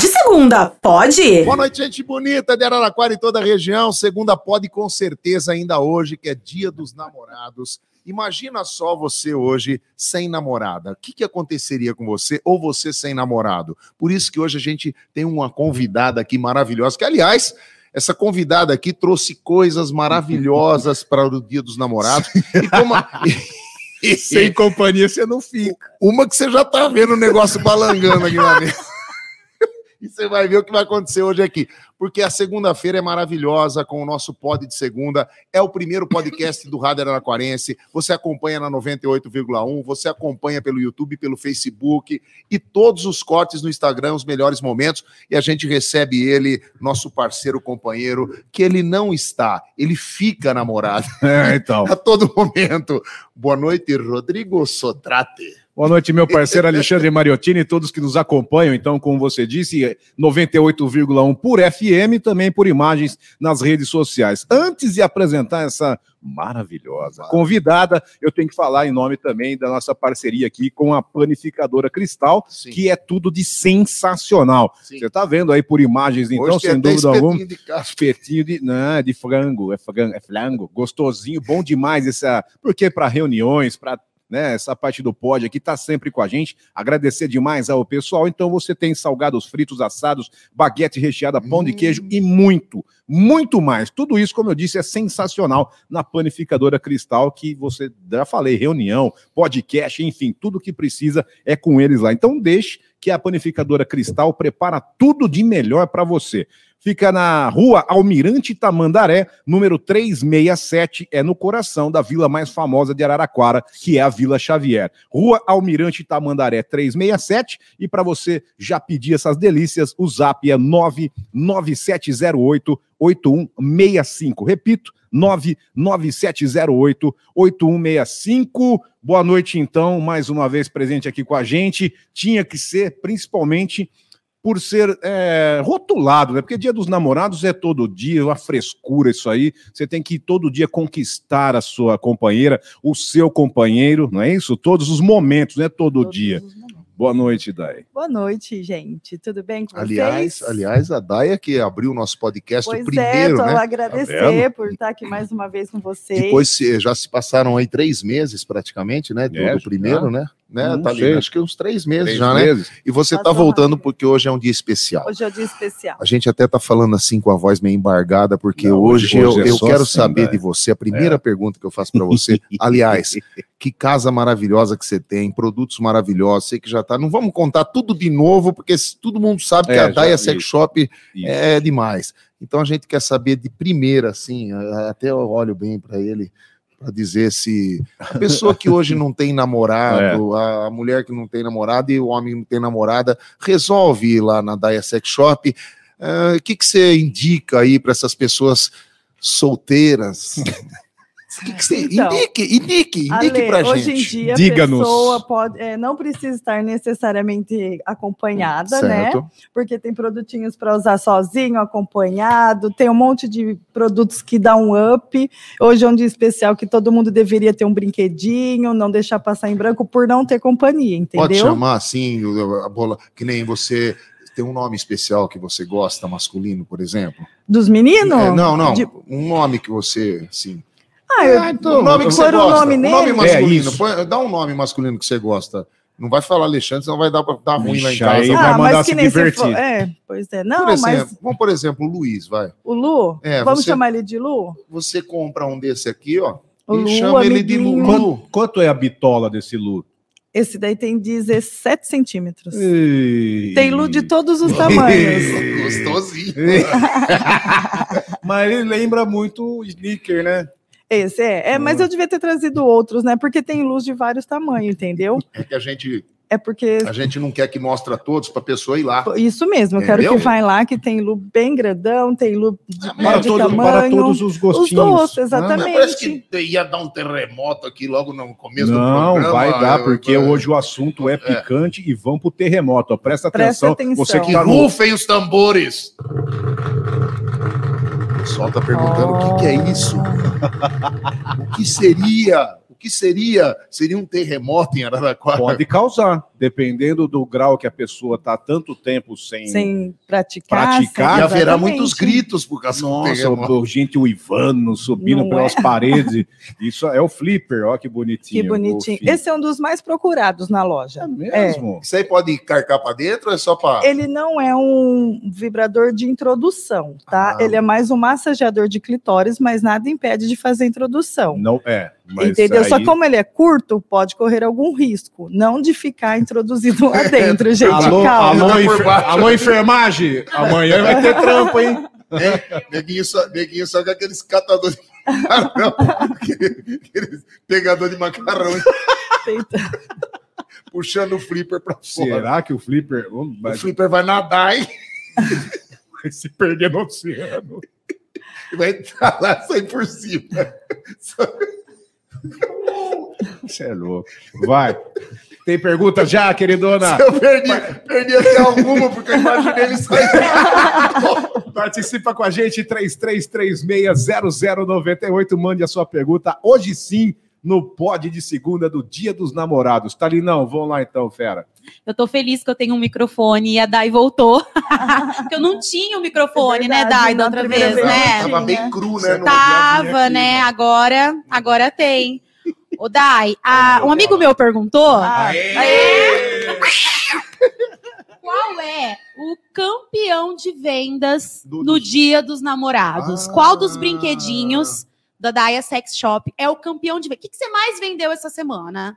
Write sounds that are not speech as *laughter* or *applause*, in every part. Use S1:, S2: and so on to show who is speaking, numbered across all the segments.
S1: segunda, pode?
S2: Boa noite, gente bonita de Araraquara e toda a região. Segunda pode com certeza ainda hoje, que é dia dos namorados. Imagina só você hoje sem namorada. O que, que aconteceria com você ou você sem namorado? Por isso que hoje a gente tem uma convidada aqui maravilhosa, que aliás, essa convidada aqui trouxe coisas maravilhosas *laughs* para o Dia dos Namorados. E como a- *laughs* e-
S3: Sem companhia você não fica.
S2: Uma que você já tá vendo o negócio balangando aqui na mesa. E você vai ver o que vai acontecer hoje aqui. Porque a segunda-feira é maravilhosa com o nosso pod de segunda. É o primeiro podcast do Rádio Araraquarense. Você acompanha na 98,1, você acompanha pelo YouTube, pelo Facebook e todos os cortes no Instagram, os melhores momentos. E a gente recebe ele, nosso parceiro, companheiro, que ele não está, ele fica namorado
S3: É, então.
S2: a todo momento. Boa noite, Rodrigo Sotrate.
S3: Boa noite, meu parceiro Alexandre Mariottini e todos que nos acompanham. Então, como você disse, 98,1 por FM e também por imagens nas redes sociais. Antes de apresentar essa maravilhosa convidada, eu tenho que falar em nome também da nossa parceria aqui com a panificadora Cristal,
S2: Sim.
S3: que é tudo de sensacional.
S2: Sim.
S3: Você está vendo aí por imagens, então,
S2: então, Hoje tem
S3: sem
S2: até
S3: dúvida
S2: espetinho
S3: alguma.
S2: de carne.
S3: Espetinho de. Não, é de frango. É frango, é frango. Gostosinho, bom demais essa. Porque para reuniões, para. Né, essa parte do pod aqui tá sempre com a gente. Agradecer demais ao pessoal. Então você tem salgados fritos, assados, baguete recheada, pão de
S2: Hum.
S3: queijo e muito, muito mais. Tudo isso, como eu disse, é sensacional na panificadora Cristal que você já falei, reunião, podcast, enfim, tudo que precisa é com eles lá. Então deixe que a panificadora Cristal prepara tudo de melhor para você. Fica na rua Almirante Tamandaré, número 367, é no coração da vila mais famosa de Araraquara, que é a Vila Xavier. Rua Almirante Tamandaré 367, e para você já pedir essas delícias, o zap é 99708 8165. Repito, 99708 8165. Boa noite, então, mais uma vez presente aqui com a gente. Tinha que ser, principalmente, por ser é, rotulado, né? Porque dia dos namorados é todo dia, uma frescura isso aí. Você tem que todo dia conquistar a sua companheira, o seu companheiro, não é isso? Todos os momentos, né? Todo
S4: Todos
S3: dia.
S4: os momentos.
S3: Boa noite, Dai.
S4: Boa noite, gente. Tudo bem com
S2: Aliás,
S4: vocês?
S2: aliás, a Daia que abriu o nosso podcast o
S4: Pois é,
S2: primeiro,
S4: só
S2: né?
S4: agradecer por estar aqui mais uma vez com vocês.
S2: Depois se- já se passaram aí três meses praticamente, né? Do,
S3: É,
S2: do
S3: já.
S2: primeiro, né? né
S3: Não
S2: tá ali,
S3: sei.
S2: acho que uns três meses
S3: Três
S2: já, né?
S3: vezes.
S2: E você tá
S4: Passou
S2: voltando
S4: rápido.
S2: porque hoje é um dia especial.
S4: Hoje é o dia especial.
S2: A gente até tá falando assim com a voz meio embargada, porque
S3: Não,
S2: hoje,
S3: hoje-
S2: eu,
S3: hoje é
S2: eu
S3: só
S2: quero
S3: assim, É.
S2: saber
S3: Daia.
S2: de você. A primeira pergunta que eu faço para
S3: *laughs*
S2: você, aliás, que casa maravilhosa que você tem, produtos maravilhosos, sei que já tá. Não vamos contar tudo de novo, porque se- todo mundo sabe que
S3: É,
S2: a
S3: já
S2: Daia
S3: vi.
S2: Sex Shop
S3: Isso.
S2: é demais. Então a gente quer saber de primeira, assim, a- até eu olho bem para ele. Para dizer se a pessoa que hoje não tem
S3: *laughs* É.
S2: namorado, a- a mulher que não tem namorado e o homem que não tem namorada, resolve ir lá na Daia Sex Shop ah, O que, que você indica aí para essas pessoas solteiras? O que que você-
S4: Então,
S2: indique, indique, indique
S4: Ale,
S2: para
S4: hoje em
S2: gente.
S4: dia
S3: Diga-nos.
S4: a pessoa pode, é, não precisa estar necessariamente acompanhada, né? porque tem produtinhos para usar sozinho, acompanhado, tem um monte de produtos que dá um up. Hoje é um dia especial que todo mundo deveria ter um brinquedinho, não deixar passar em branco por não ter companhia,
S2: Pode
S4: entendeu?
S2: chamar assim o- a bola, que nem você tem um nome especial que você gosta, masculino, por exemplo.
S4: Dos meninos?
S2: É, não, não.
S4: De-
S2: Um nome que você, sim.
S4: Ah, eu-
S2: um nome que você
S4: pôr o
S2: gosta.
S4: nome
S2: um
S4: nele?
S2: nome
S3: É,
S2: masculino.
S3: isso.
S2: põe- dá um nome masculino que você gosta. Não vai falar Alexandre, senão vai dar, pra- dar ruim lá em
S3: Vixe, aí
S2: casa.
S3: vai
S4: ah,
S3: mandar
S4: mas que
S3: se
S4: nem se
S3: divertir.
S4: for. É, pois é. Não,
S2: por exemplo,
S4: mas
S2: Vamos, por exemplo, o Luiz, vai.
S4: o Lu,
S2: É,
S4: vamos
S2: você-
S4: chamar ele de Lu?
S2: Você compra um desse aqui, ó.
S4: O
S2: e
S4: Lu,
S2: chama ele de
S4: amiguinho.
S2: Lulu.
S3: Quanto é a bitola desse Lu?
S4: Esse daí tem 17 centímetros. Tem
S3: Tem
S4: Lu de todos
S2: *laughs*
S4: os tamanhos.
S2: Gostosinho.
S3: Mas ele lembra muito o sneaker, né?
S4: Esse é. é mas eu devia ter trazido outros, né? Porque tem luz de vários tamanhos, entendeu?
S2: É que a gente,
S4: É porque
S2: a gente não quer que mostre a todos para a pessoa ir lá.
S4: Isso mesmo, eu quero
S2: Entendeu?
S4: que vai lá, que tem lu bem grandão, tem lu de,
S2: Ah,
S4: médio
S3: Para, todo,
S4: tamanho.
S3: para todos os
S4: os
S3: gostinhos. né?
S4: dois,
S2: Mas parece que
S4: exatamente.
S2: te- ia dar um terremoto aqui logo no começo
S3: Não,
S2: do programa.
S3: vai dar, porque
S2: Eu-
S3: hoje o assunto é picante e vamos pro terremoto. ó. Presta
S4: Presta
S3: atenção.
S4: atenção.
S3: Você que
S2: Que
S3: tá no...
S2: rufem os tambores. O pessoal está perguntando o que, que é isso. O que seria? O que seria? Seria um terremoto em Araraquara?
S3: Pode causar, dependendo do grau que a pessoa está tanto tempo sem,
S4: Sem praticar.
S3: Praticar?
S4: sem-
S2: E haverá
S4: exatamente.
S2: muitos gritos por causa do
S3: Nossa,
S2: terremoto.
S3: o, gente, o Ivano subindo
S4: Não é.
S3: pelas paredes. Isso é o Flipper, ó que
S4: Que
S3: bonitinho.
S4: bonitinho.
S3: O Flipper.
S4: Esse é um dos mais procurados na loja.
S3: É mesmo.
S2: Isso aí pode carcar para dentro ou é só para.
S4: Ele não é um vibrador de introdução, tá?
S2: Ah.
S4: Ele é mais um massageador de clitóris, mas nada impede de fazer introdução.
S3: Não é, mas
S4: Entendeu?
S3: aí-
S4: Só como ele é curto, pode correr algum risco. Não de ficar introduzido
S2: *laughs*
S4: lá
S2: É,
S4: dentro, gente.
S3: Alô,
S4: calma.
S3: alô,
S2: Tá por
S3: enfer-
S2: baixo.
S3: alô, enfermagem! Amanhã vai ter trampo, hein?
S2: Neguinho só, neguinho só com aqueles catadores de macarrão, *laughs* aquele- aqueles pegador de macarrão
S4: Tenta-
S2: puxando o flipper para fora.
S3: *laughs* Será que o Flipper
S2: O flipper vai nadar, hein?
S3: vai *laughs* se perder no oceano?
S2: E Vai entrar lá e sair por cima.
S3: Você é louco. Vai. Tem pergunta já, queridona?
S2: Eu perdi, perdi até alguma, porque eu imaginei ele sair.
S3: Participa com a gente, 33360098. Mande a sua pergunta hoje sim no pod de segunda do Dia dos Namorados. Talinão, vamos lá então, fera.
S1: Eu tô feliz que eu tenho um microfone e a Dai voltou. Porque eu não tinha o microfone,
S4: É
S1: né,
S4: verdade,
S1: Dai, da
S4: na
S1: outra
S4: primeira
S1: vez,
S4: vez
S1: né?
S4: não
S2: Tava
S4: Sim,
S2: bem
S4: né?
S2: cru, né?
S1: tá-
S2: no-
S1: Tava, né? Agora, agora tem. Ô, Dai, a- um amigo meu perguntou
S4: Ah,
S1: qual é o campeão de vendas
S2: Do-
S1: no Dia dos Namorados.
S2: Ah.
S1: Qual dos brinquedinhos da Daia Sex Shop é o campeão de vendas? O que, que você mais vendeu essa semana?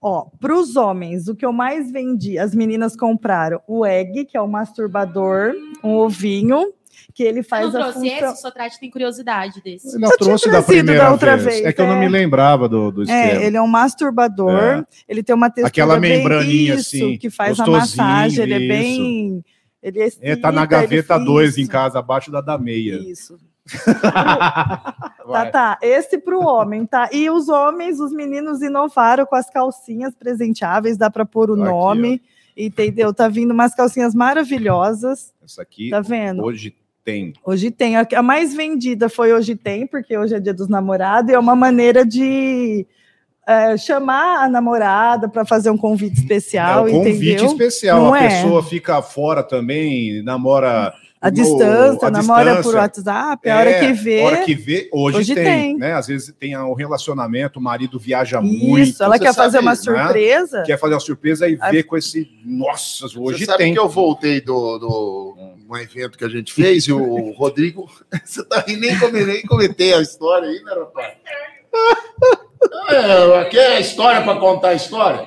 S4: Ó, para os homens, o que eu mais vendi, as meninas compraram o egg, que é o masturbador, um ovinho, que ele
S1: Eu não
S4: faz a
S1: trouxe
S4: função.
S1: esse, só traz tem curiosidade desse.
S3: Não
S4: Eu tinha trazido da outra vez,
S3: É que eu não
S4: é.
S3: me lembrava do, do esquema.
S4: É, ele é um masturbador,
S3: É.
S4: ele tem uma textura
S3: Aquela
S4: bem-
S3: membraninha,
S4: isso,
S3: assim,
S4: que faz a
S3: gostosinho,
S4: massagem, ele é
S3: isso.
S4: bem... Ele
S3: É, tá
S4: excita,
S3: na
S4: ele
S3: gaveta
S4: fixa.
S3: 2 em casa, abaixo da da meia.
S4: Isso. Tá,
S3: Vai.
S4: tá. Esse pro homem, tá? E os homens, os meninos inovaram com as calcinhas presenteáveis, dá pra pôr o
S3: Aqui,
S4: nome, entendeu? Tá vindo umas calcinhas maravilhosas,
S3: Essa aqui
S4: tá vendo?
S3: hoje tem.
S4: Hoje tem. A a mais vendida foi Hoje Tem, porque hoje é dia dos namorados, e é uma maneira de é, chamar a namorada para fazer um convite especial,
S3: é um convite
S4: entendeu?
S3: especial.
S4: Não
S3: a
S4: é?
S3: pessoa fica fora também, namora.
S4: A
S3: no-
S4: distância,
S3: a
S4: namora por
S3: distância.
S4: WhatsApp, a hora
S3: É,
S4: que vê.
S3: a hora que vê, hoje,
S4: hoje
S3: tem,
S4: tem.
S3: né? Às vezes tem um relacionamento, o marido viaja
S4: Isso,
S3: muito, então
S4: ela
S2: você
S4: quer fazer
S2: sabe,
S4: uma
S2: né?
S4: surpresa.
S3: quer fazer uma surpresa e
S4: Aí-
S3: vê com esse. Nossa, hoje
S2: Você sabe
S3: tem.
S2: que eu voltei do, do um evento que a gente fez e o Rodrigo. *laughs* Você tá rindo, nem, come- nem comentei a história aí, né, rapaz? É, aqui é a história para contar a história.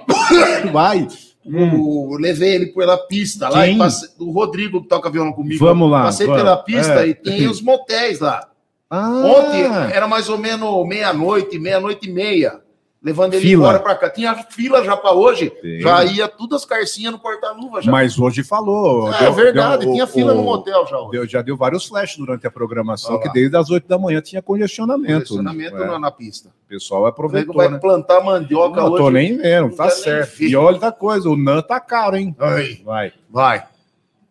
S3: Vai. Hum.
S2: O- eu levei ele pela pista lá.
S3: Sim.
S2: e passei- o Rodrigo que toca violão comigo.
S3: Vamos lá,
S2: Passei
S3: vamos.
S2: pela pista
S3: É.
S2: e tem os motéis lá.
S3: Ah,
S2: Ontem era mais ou menos meia-noite, meia-noite e meia. Levando ele
S3: Fila.
S2: embora pra cá. Tinha fila já pra hoje.
S3: Tem.
S2: Já ia todas as carcinhas no porta-luva já.
S3: Mas hoje falou.
S2: É
S3: deu-
S2: verdade,
S3: deu-
S2: tinha
S3: o-
S2: fila no
S3: o-
S2: motel já. hoje.
S3: deu- já deu vários flashes durante a programação,
S2: Olha lá.
S3: que desde as 8 da manhã tinha congestionamento.
S2: Posicionamento
S3: né? É,
S2: na, na pista.
S3: O pessoal
S2: O nego
S3: aproveitou,
S2: vai
S3: né?
S2: plantar mandioca
S3: Não
S2: hoje. um
S3: tô nem vendo,
S2: não
S3: tá
S2: quero nem
S3: certo.
S2: ver.
S3: E olha outra coisa, o Nan tá caro, hein?
S2: Ai,
S3: Vai.
S2: vai.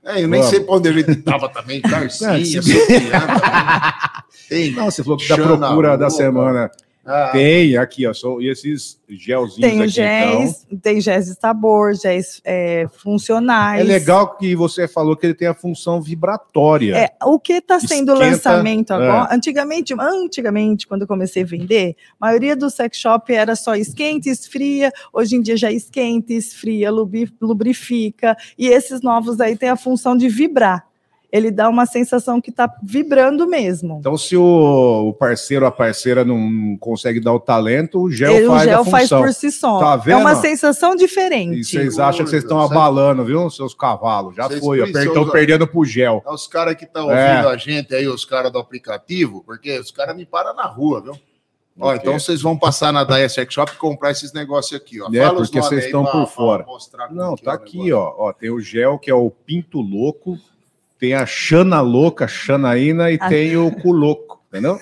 S2: É, eu nem
S3: Vamos.
S2: sei pra onde a gente tava também. Garcia,
S3: *laughs* É, se- *laughs*
S2: Sofiana. Tem.
S3: Não, você falou que da
S2: Xana,
S3: procura da
S2: louca.
S3: semana.
S2: Ah,
S3: Tem aqui, ó. só- e esses gelzinhos
S4: Tem o
S3: aqui, então.
S4: géis, tem géis de sabor, géis é, funcionais.
S3: É legal que você falou que ele tem a função vibratória.
S4: É, o que está sendo
S3: Esquenta,
S4: lançamento
S3: é.
S4: agora? Antigamente, antigamente, quando eu comecei a vender, a maioria do sex shop era só esquenta, esfria. Hoje em dia já esquenta, esfria, lubi- lubrifica. E esses novos aí têm a função de vibrar. Ele dá uma sensação que está vibrando mesmo.
S3: Então, se o, o parceiro ou a parceira não consegue dar o talento, o gel
S4: Ele- o
S3: faz
S4: gel
S3: a
S4: faz
S3: função.
S4: por si só.
S3: Tá
S4: É uma
S3: vendo?
S4: sensação diferente.
S3: E vocês acham que vocês estão
S2: Sabe-
S3: abalando, viu, seus cavalos? Já
S2: Vocês
S3: foi,
S2: precisam-
S3: estão perdendo pro gel.
S2: é os caras que estão
S3: É.
S2: ouvindo a gente aí, os caras do aplicativo, porque os caras me param na rua, viu? Ó,
S3: Ok.
S2: então vocês vão passar na Daia Sex Shop e comprar esses negócios aqui, ó.
S3: É,
S2: os
S3: porque
S2: nomes
S3: vocês
S2: aí
S3: estão
S2: pra-
S3: por
S2: pra
S3: fora.
S2: mostrar como
S3: Não,
S2: que é
S3: tá
S2: o
S3: aqui,
S2: negócio.
S3: ó, ó. Tem o gel, que é o Pinto Louco, tem a Xana Louca, Xanaína e
S4: Ah.
S3: tem o Culoco, entendeu?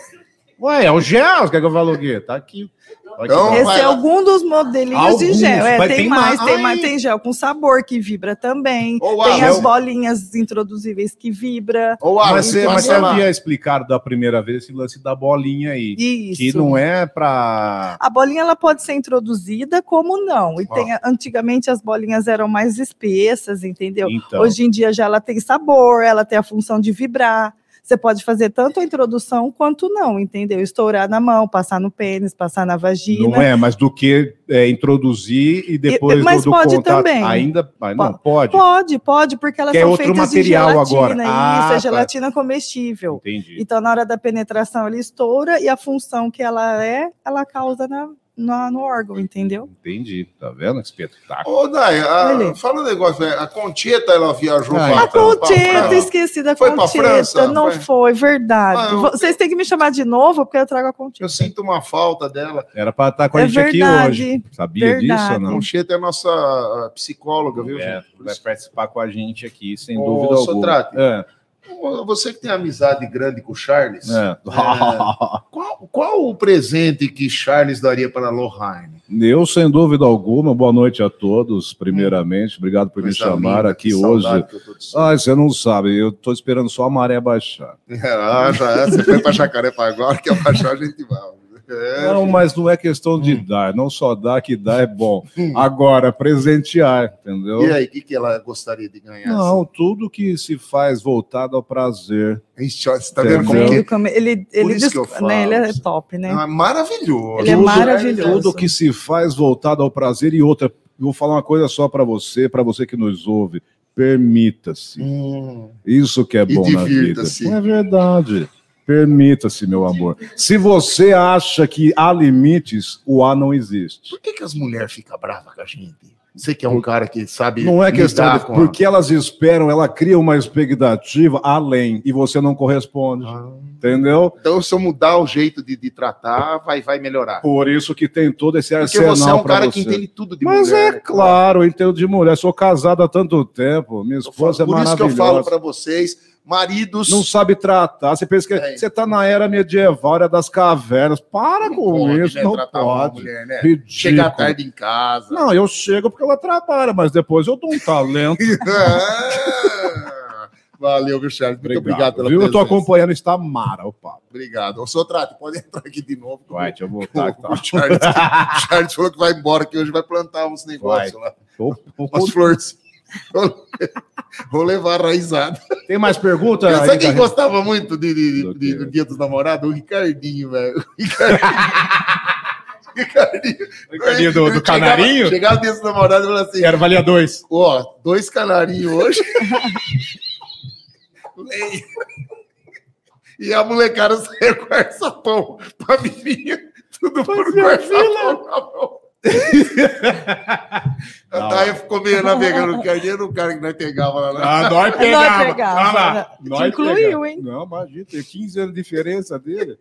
S3: Ué, é o gel, quer que eu fale o quê? Tá aqui. Olha que
S2: Então,
S3: da-
S2: vai
S4: Esse é
S2: lá.
S4: algum dos modelinhos de
S3: Alguns,
S4: gel. É,
S3: mas
S4: tem,
S3: tem
S4: mais,
S3: mais.
S4: tem mais, tem gel com sabor que vibra também.
S2: Ô,
S4: tem
S2: Alan.
S4: as bolinhas introduzíveis que vibra.
S2: Ô, Alan,
S3: mas você,
S2: você,
S3: mas
S2: mas
S3: você
S2: ela-
S3: havia explicado da primeira vez esse lance da bolinha aí.
S4: Isso.
S3: Que não é pra.
S4: A bolinha ela pode ser introduzida como não.
S3: Ah.
S4: E tem, antigamente as bolinhas eram mais espessas, entendeu?
S3: Então.
S4: Hoje em dia já ela tem sabor, ela tem a função de vibrar. Você pode fazer tanto a introdução quanto não, entendeu? Estourar na mão, passar no pênis, passar na vagina.
S3: Não é, mas do que é, introduzir e depois
S4: né? mas
S3: do, do
S4: pode
S3: contato.
S4: também.
S3: Ainda mas não
S4: Po-
S3: pode.
S4: Pode, pode, porque elas
S3: Que é
S4: são
S3: outro
S4: feitas
S3: material
S4: de gelatina.
S3: agora. Ah,
S4: isso,
S3: tá.
S4: é gelatina comestível.
S3: Entendi.
S4: Então, na hora da penetração, ela estoura e a função que ela é, ela causa na, na- no órgão, entendeu?
S3: Entendi. Tá vendo que espetáculo?
S2: Ô, Dai, a-
S4: Olha.
S2: fala um negócio, né? A Concheta, ela viajou
S3: Ah,
S2: pra...
S3: então.
S2: pra-
S4: Concheta,
S2: pra-
S4: esqueci da
S2: Foi pra França?
S4: Concheta. Não foi,
S2: Foi?
S4: verdade.
S2: Ah, eu-
S4: Vocês têm que me chamar de novo, porque eu trago a Concheta.
S2: Eu sinto uma falta dela.
S3: Era pra estar com a
S4: É
S3: gente aqui
S4: verdade.
S3: hoje. Sabia disso ou
S4: Verdade.
S2: A
S3: não?
S2: Concheta é a nossa ah, psicóloga, viu?
S3: É,
S2: gente? Por
S3: vai
S2: isso-
S3: participar com a gente aqui, sem
S2: Ô,
S3: dúvida alguma.
S2: Sotrate.
S3: É,
S2: Ô, Você que tem amizade grande com o Charles,
S3: é.
S2: qual, qual o presente que Charles daria para Lorraine?
S3: *laughs* Eu, sem dúvida alguma, boa noite a todos, primeiramente. Obrigado por
S2: Coisa
S3: me chamar
S2: linda,
S3: aqui
S2: que
S3: hoje.
S2: saudade que eu tô de você.
S3: Ai, você não sabe, eu tô esperando só a maré baixar.
S2: Ah, já é. Você foi para Jacarepaguá, agora que é abaixar a gente vai. É, Hum.
S3: Não, mas não é questão de dar, não só dar que dá
S2: *laughs*
S3: é bom. Agora, presentear, entendeu?
S2: E assim? aí, o que, que ela gostaria de ganhar?
S3: Não, tudo que se faz voltado ao prazer.
S2: assim? Ixi, ó, Você tá vendo como que...
S4: Ele, come- ele, ele,
S2: isso que eu
S4: desco-
S2: falo.
S4: né, ele é top, né?
S2: Ah, maravilhoso.
S4: Ele é
S3: Tudo-
S4: maravilhoso.
S3: Tudo que se faz voltado ao prazer e outra. eu Vou falar uma coisa só para você, para você que nos ouve. Permita-se.
S2: Hum.
S3: Isso que é bom na vida.
S2: divirta-se.
S3: É verdade. Permita-se, meu amor. Se você acha que há limites, o A não existe.
S2: Por que, que as mulheres ficam bravas com a gente? Você que é um cara que sabe.
S3: Não é questão
S2: lidar
S3: de
S2: com a-
S3: porque elas esperam, ela cria uma expectativa além e você não corresponde,
S2: Ah.
S3: entendeu?
S2: Então, se eu mudar o jeito de, de tratar, vai, vai melhorar.
S3: Por isso que tem todo esse
S2: Porque
S3: arsenal
S2: você é um
S3: pra
S2: cara
S3: você.
S2: que entende tudo de
S3: Mas
S2: mulher. né?
S3: é claro, eu entendo de mulher. Sou casado há tanto tempo. Minha
S2: Eu falo-
S3: esposa é
S2: por isso que
S3: maravilhosa.
S2: eu falo pra vocês, maridos.
S3: Não sabe tratar. Você pensa que
S2: É.
S3: você tá na era medieval, era das cavernas. Para
S2: não
S3: com
S2: podem,
S3: isso,
S2: né,
S3: não
S2: tratar uma
S3: pode.
S2: mulher, né?
S3: Ridículo.
S2: Chegar tarde em casa.
S3: Não, eu chego porque ela trabalha, mas depois eu dou um
S2: *laughs*
S3: talento.
S2: Ah, *laughs* Valeu, viu, Charles? Muito obrigado, pela
S3: viu? Eu tô
S2: presença.
S3: acompanhando, está mara o papo.
S2: Obrigado. Ô, Sotrato, pode entrar aqui de novo.
S3: Vai, deixa eu
S2: *laughs*
S3: voltar. que
S2: O
S3: Tá.
S2: Charles, o Charles falou que vai embora, que hoje vai plantar uns negócios lá.
S3: Ô, ô,
S2: As
S3: ô,
S2: flores. *laughs* Vou- Vou levar a raizada.
S3: Tem mais perguntas?
S2: Sabe quem
S3: Ricardo?
S2: gostava muito de, de-
S3: Tá, Do
S2: de-
S3: quê?
S2: do Dia dos Namorados? O Ricardinho, velho. O Ricardinho.
S3: *laughs*
S2: Ricardinho.
S3: Ricardinho do- do
S2: Chegava-
S3: canarinho?
S2: Chegava o Dia dos Namorados e falava assim:
S3: Era valia dois.
S2: Ó, dois canarinhos
S3: *laughs*
S2: hoje. Leia. E a molecada saia com arçapão pra menina. Tudo por com arçapão na
S3: *laughs*
S2: mão. A
S3: Não.
S2: Daia ficou meio navegando, que ali era o cara que nós pegava lá. né?
S4: *laughs*
S2: na-
S3: Ah, nós
S4: pegava.
S3: pegava.
S4: É Nós pegava.
S3: Olha lá.
S4: Te
S3: Nós
S4: incluiu,
S3: pegava.
S4: hein?
S3: Não, imagina, tem 15 anos de diferença dele.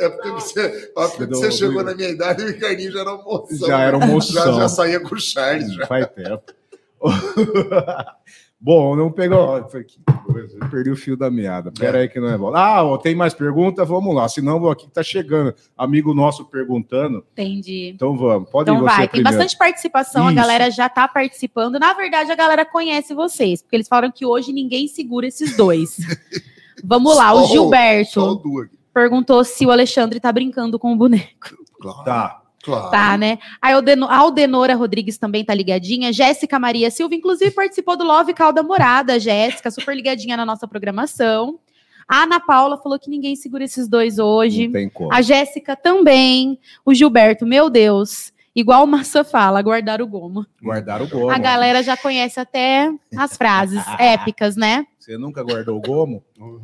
S2: É porque você, ó, porque
S3: Você
S2: você
S3: não-
S2: chegou na minha idade e o Ricardinho já era um moção.
S3: Já era um
S2: Já,
S3: moção.
S2: já saía com o *laughs* Charles. Já.
S3: Faz tempo. *laughs* Bom, não pegou. Foi aqui. Perdi o fio da meada. Pera aí que não é bom. Ah, ó, tem mais pergunta? Vamos lá. Senão vou aqui que tá chegando. Amigo nosso perguntando.
S1: Entendi.
S3: Então vamos. Pode ir
S1: Então
S3: você
S1: vai, tem
S3: primeiro.
S1: bastante participação,
S3: Isso.
S1: a galera já tá participando. Na verdade, a galera conhece vocês, porque eles falaram que hoje ninguém segura esses dois. Vamos lá,
S2: Só
S1: o
S2: o-
S1: Gilberto
S2: Só o Du aqui.
S1: perguntou se o Alexandre tá brincando com o boneco.
S2: Claro,
S3: Tá.
S2: claro.
S1: Tá, né? A Eldeno- a Aldenora Rodrigues também tá ligadinha. Jéssica Maria Silva, inclusive, participou do Love Calda Morada. Jéssica, super ligadinha na nossa programação. A Ana Paula falou que ninguém segura esses dois hoje.
S3: Não tem como.
S1: A Jéssica também. O Gilberto, meu Deus. Igual o Massa fala, guardar o gomo.
S3: Guardar o gomo.
S1: A galera já conhece até as
S3: *laughs*
S1: frases épicas, né?
S3: Você nunca guardou o gomo?
S2: Uhum.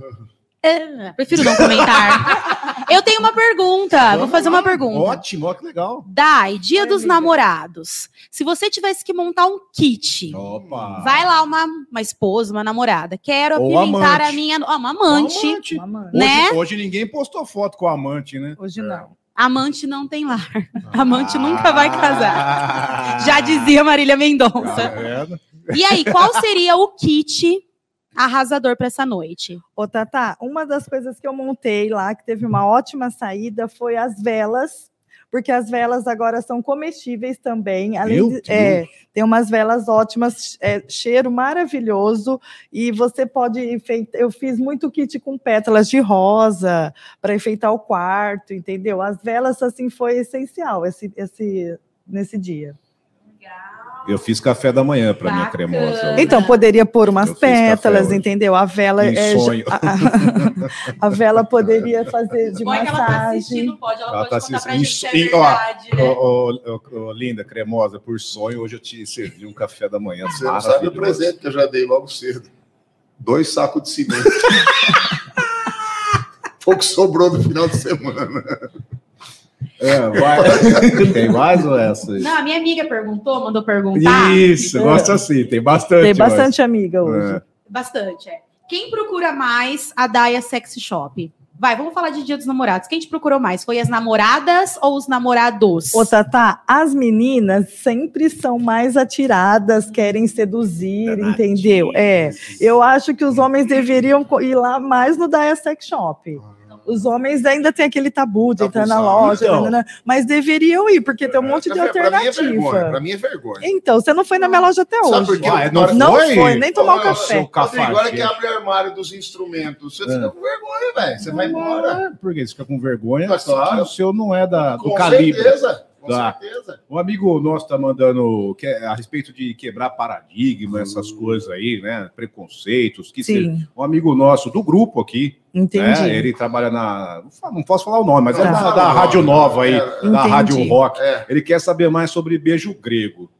S1: Ah, Prefiro não comentar. *laughs* Eu tenho uma pergunta. Ah, Vou fazer uma pergunta.
S3: Ótimo, ó, que legal.
S1: Dai, dia
S4: Ai,
S1: dos
S4: amiga.
S1: namorados. Se você tivesse que montar um kit,
S3: Opa.
S1: vai lá uma, uma esposa, uma namorada. Quero
S3: Ou
S1: apimentar
S3: amante.
S1: a minha. Ó, uma amante. amante.
S3: um Amante.
S4: Mamãe.
S3: Hoje,
S1: Né?
S3: hoje ninguém postou foto com a amante, né?
S4: Hoje não.
S1: não tem lar.
S3: Ah.
S1: Amante nunca vai casar.
S3: casar.
S1: Já dizia Marília
S3: Ah. Tá
S1: Mendonça.
S3: vendo?
S1: E aí, qual seria o kit arrasador para essa noite.
S4: Ô, Tata, uma das coisas que eu montei lá, que teve uma ótima saída, foi as velas porque as velas agora são comestíveis também. Além de, é, tem umas velas ótimas, é, cheiro maravilhoso e você pode enfeitar. Eu fiz muito kit com pétalas de rosa para enfeitar o quarto, entendeu? As velas assim foi essencial esse, esse nesse dia.
S3: Eu fiz café da manhã para minha
S2: Né?
S3: cremosa.
S4: Então poderia pôr umas pétalas, entendeu? A vela
S3: Em
S4: é
S3: sonho.
S4: a, *laughs* a vela poderia fazer de
S1: Põe que ela tá
S4: massagem.
S1: assistindo, pode, ela,
S3: Ela
S1: pode
S3: tá
S1: contar pra
S3: assistindo.
S1: gente, é
S3: E, ó,
S1: verdade, né?
S3: Ô, ô, ô, ô, linda, cremosa, por sonho, hoje eu te servi um café da manhã.
S2: Você não sabe o
S3: maravilhoso.
S2: presente que eu já dei logo cedo. Dois sacos de *laughs* cimento. Pouco sobrou do final de semana.
S3: É, vai. Tem mais ou essa? aí?
S1: Não, a minha amiga perguntou, mandou perguntar.
S3: Isso, gosto assim, tem bastante.
S4: tá. Tem
S3: mas-
S4: bastante amiga hoje.
S3: É.
S1: Bastante, é. Quem procura mais a Daia Sex Shop? Vai, vamos falar de Dia dos Namorados. Quem te procurou mais? Foi as namoradas ou os namorados?
S4: Ô, Tatá, as meninas sempre são mais atiradas, querem seduzir, entendeu? É. Eu acho que os homens deveriam co- ir lá mais no Dia Sex Shop.
S2: Ah.
S4: Os homens ainda têm aquele tabu de
S2: Tá
S4: entrar na
S2: abusando.
S4: loja,
S3: Então.
S4: nananã, mas deveriam ir, porque tem um monte de
S2: Pra mim é vergonha. Pra
S4: alternativa.
S2: mim Ah. é vergonha.
S4: Então, você não foi na minha loja até
S2: Sabe
S4: hoje.
S2: por quê?
S3: Uai, não,
S4: Não
S3: foi?
S4: foi, nem tomar um
S2: Olha,
S4: café.
S3: seu cafajeste.
S2: Rodrigo, olha que abre o armário dos instrumentos. Você fica com vergonha, velho. Você vai embora.
S3: Ah, Por quê? Você fica com vergonha?
S2: Mas é. Tá claro.
S3: que O seu não é da, do
S2: Com
S3: calibre.
S2: certeza. Com
S3: Tá.
S2: certeza.
S3: Um amigo nosso tá mandando que- a respeito de quebrar paradigma, essas coisas aí, né? Preconceitos, que seja.
S4: Hum. Sim,
S3: Um amigo nosso do grupo aqui,
S4: entendi.
S3: né? Ele trabalha na. não fa- Não posso falar o nome, mas é
S4: Tá.
S3: da, da Rádio Nova aí,
S2: É,
S3: da Rádio
S4: Entendi.
S3: Rock.
S2: É.
S3: Ele quer saber mais sobre beijo grego.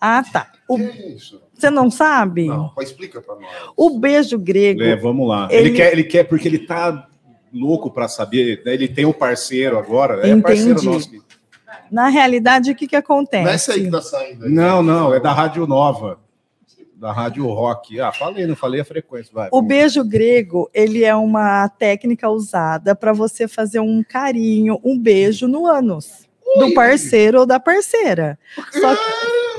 S4: Ah, tá. O-
S2: Que isso?
S4: Você não sabe?
S2: Não, mas explica pra nós.
S4: O beijo grego.
S3: É, vamos lá. Ele...
S4: Ele-
S3: quer, ele quer porque ele tá louco para saber. né? Ele tem um parceiro agora. É
S4: Entendi.
S3: parceiro nosso. que-
S4: Na realidade, o que, que acontece?
S2: Não é essa aí que tá saindo aí.
S3: Não, não, é da Rádio Nova. Da Rádio Rock. Ah, falei, não falei a frequência. Vai.
S4: O beijo grego, ele é uma técnica usada para você fazer um carinho, um beijo no ânus do parceiro ou da parceira. Só que,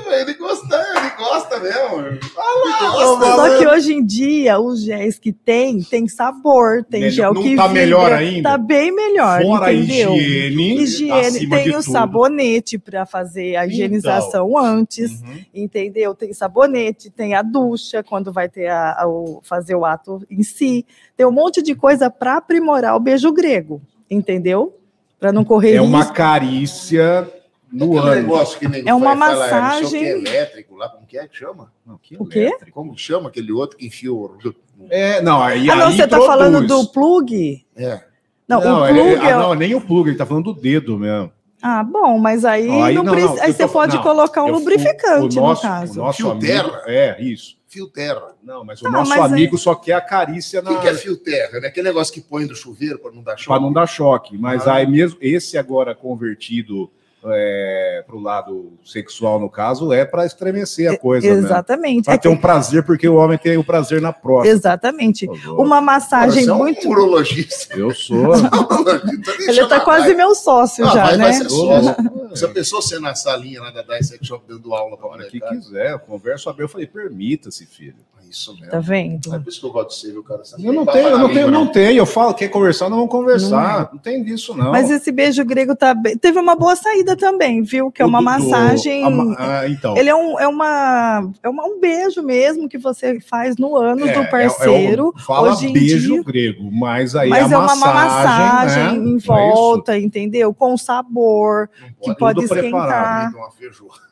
S2: É, ele gosta, ele gosta mesmo. Ele
S3: é,
S4: só que hoje em dia, os géis que tem, tem sabor, tem
S3: Melhor-
S4: gel
S3: não
S4: que
S3: tá
S4: vibra,
S3: melhor ainda?
S4: Tá bem melhor,
S3: Fora a
S4: entendeu?
S3: higiene.
S4: Higiene,
S3: acima
S4: tem
S3: de
S4: o
S3: tudo.
S4: sabonete para fazer a
S3: Então.
S4: higienização antes,
S3: Uhum.
S4: entendeu? Tem sabonete, tem a ducha quando vai ter a, a- o, fazer o ato em si. Tem um monte de coisa para aprimorar o beijo grego, entendeu? Para não correr
S3: É uma
S4: risco.
S3: carícia no
S2: Aquele
S3: ano.
S2: negócio que nego
S4: É uma
S2: faz, fala, não sei o
S4: massagem.
S2: que, elétrico lá, como que é que chama?
S4: O quê?
S2: Como que chama aquele outro que enfia o...
S3: É, não, aí
S4: Ah, não,
S3: aí
S4: você tá
S3: produz.
S4: falando do plug?
S2: É.
S4: Não, o
S3: ele-
S4: plug
S3: ah,
S4: é.
S3: não, nem o plug, ele tá falando do dedo mesmo.
S4: Ah, bom, mas aí,
S3: Não, aí
S4: não
S3: não,
S4: precisa-
S3: não,
S4: aí
S3: eu
S4: você
S3: tô-
S4: pode
S3: não,
S4: colocar um
S3: Eu- É o-
S4: lubrificante,
S3: o nosso,
S4: no caso.
S3: O nosso
S2: Fio
S3: amigo,
S2: terra.
S3: É, isso.
S2: Fio terra.
S3: Não, mas o
S4: Tá,
S3: nosso
S4: mas aí-
S3: amigo só quer a carícia
S2: O
S3: na...
S2: que, que é fio terra? É aquele negócio que põe do chuveiro pra não dar
S3: para
S2: choque.
S3: não dar choque. Mas
S2: Ah.
S3: aí mesmo, esse agora convertido é, para o lado sexual, no caso, é para estremecer a coisa, né?
S4: Exatamente.
S3: Para
S4: É que-
S3: ter um prazer, porque o homem tem o prazer na próxima.
S4: Exatamente.
S3: Agora,
S4: Uma
S2: Cara,
S4: massagem
S2: você é um
S4: muito.
S2: urologista.
S3: Eu sou.
S4: Ele tá quase meu sócio
S2: Ah,
S4: já,
S2: vai-
S4: né?
S2: vai
S3: *laughs*
S2: ser sócio. Se a
S3: Olha,
S2: pessoa ser na salinha lá da Dice Sex Shop dando aula pra
S3: O que
S2: molecada.
S3: quiser, eu converso aberto. Eu falei, permita-se, filho.
S2: Isso mesmo.
S4: Tá vendo?
S2: É por isso que eu gosto de ser, viu, cara? Você
S3: Eu não
S2: tem
S3: tenho, eu não
S2: palavra,
S3: tenho,
S2: não.
S3: não tenho. Eu falo, quer conversar, não vamos conversar. Não, tem disso, não.
S4: Mas esse beijo grego tá bem- teve uma boa saída também, viu? Que é
S3: O
S4: uma
S3: do- do-
S4: massagem.
S3: a ma- ah, então.
S4: Ele é um, é, uma, é uma, um beijo mesmo que você faz no ânus
S3: É, é- é
S4: do
S3: o-
S4: parceiro.
S3: fala
S4: hoje em
S3: beijo
S4: dia.
S3: grego, mas aí
S4: mas
S3: a
S4: é uma uma
S3: massagem,
S4: massagem
S3: né?
S4: em
S3: Não é isso?
S4: volta, entendeu? Com sabor,
S2: Não
S4: que
S2: pode
S4: pode
S3: tudo preparado, né?
S2: me
S4: esquentar.
S2: dar uma feijoada.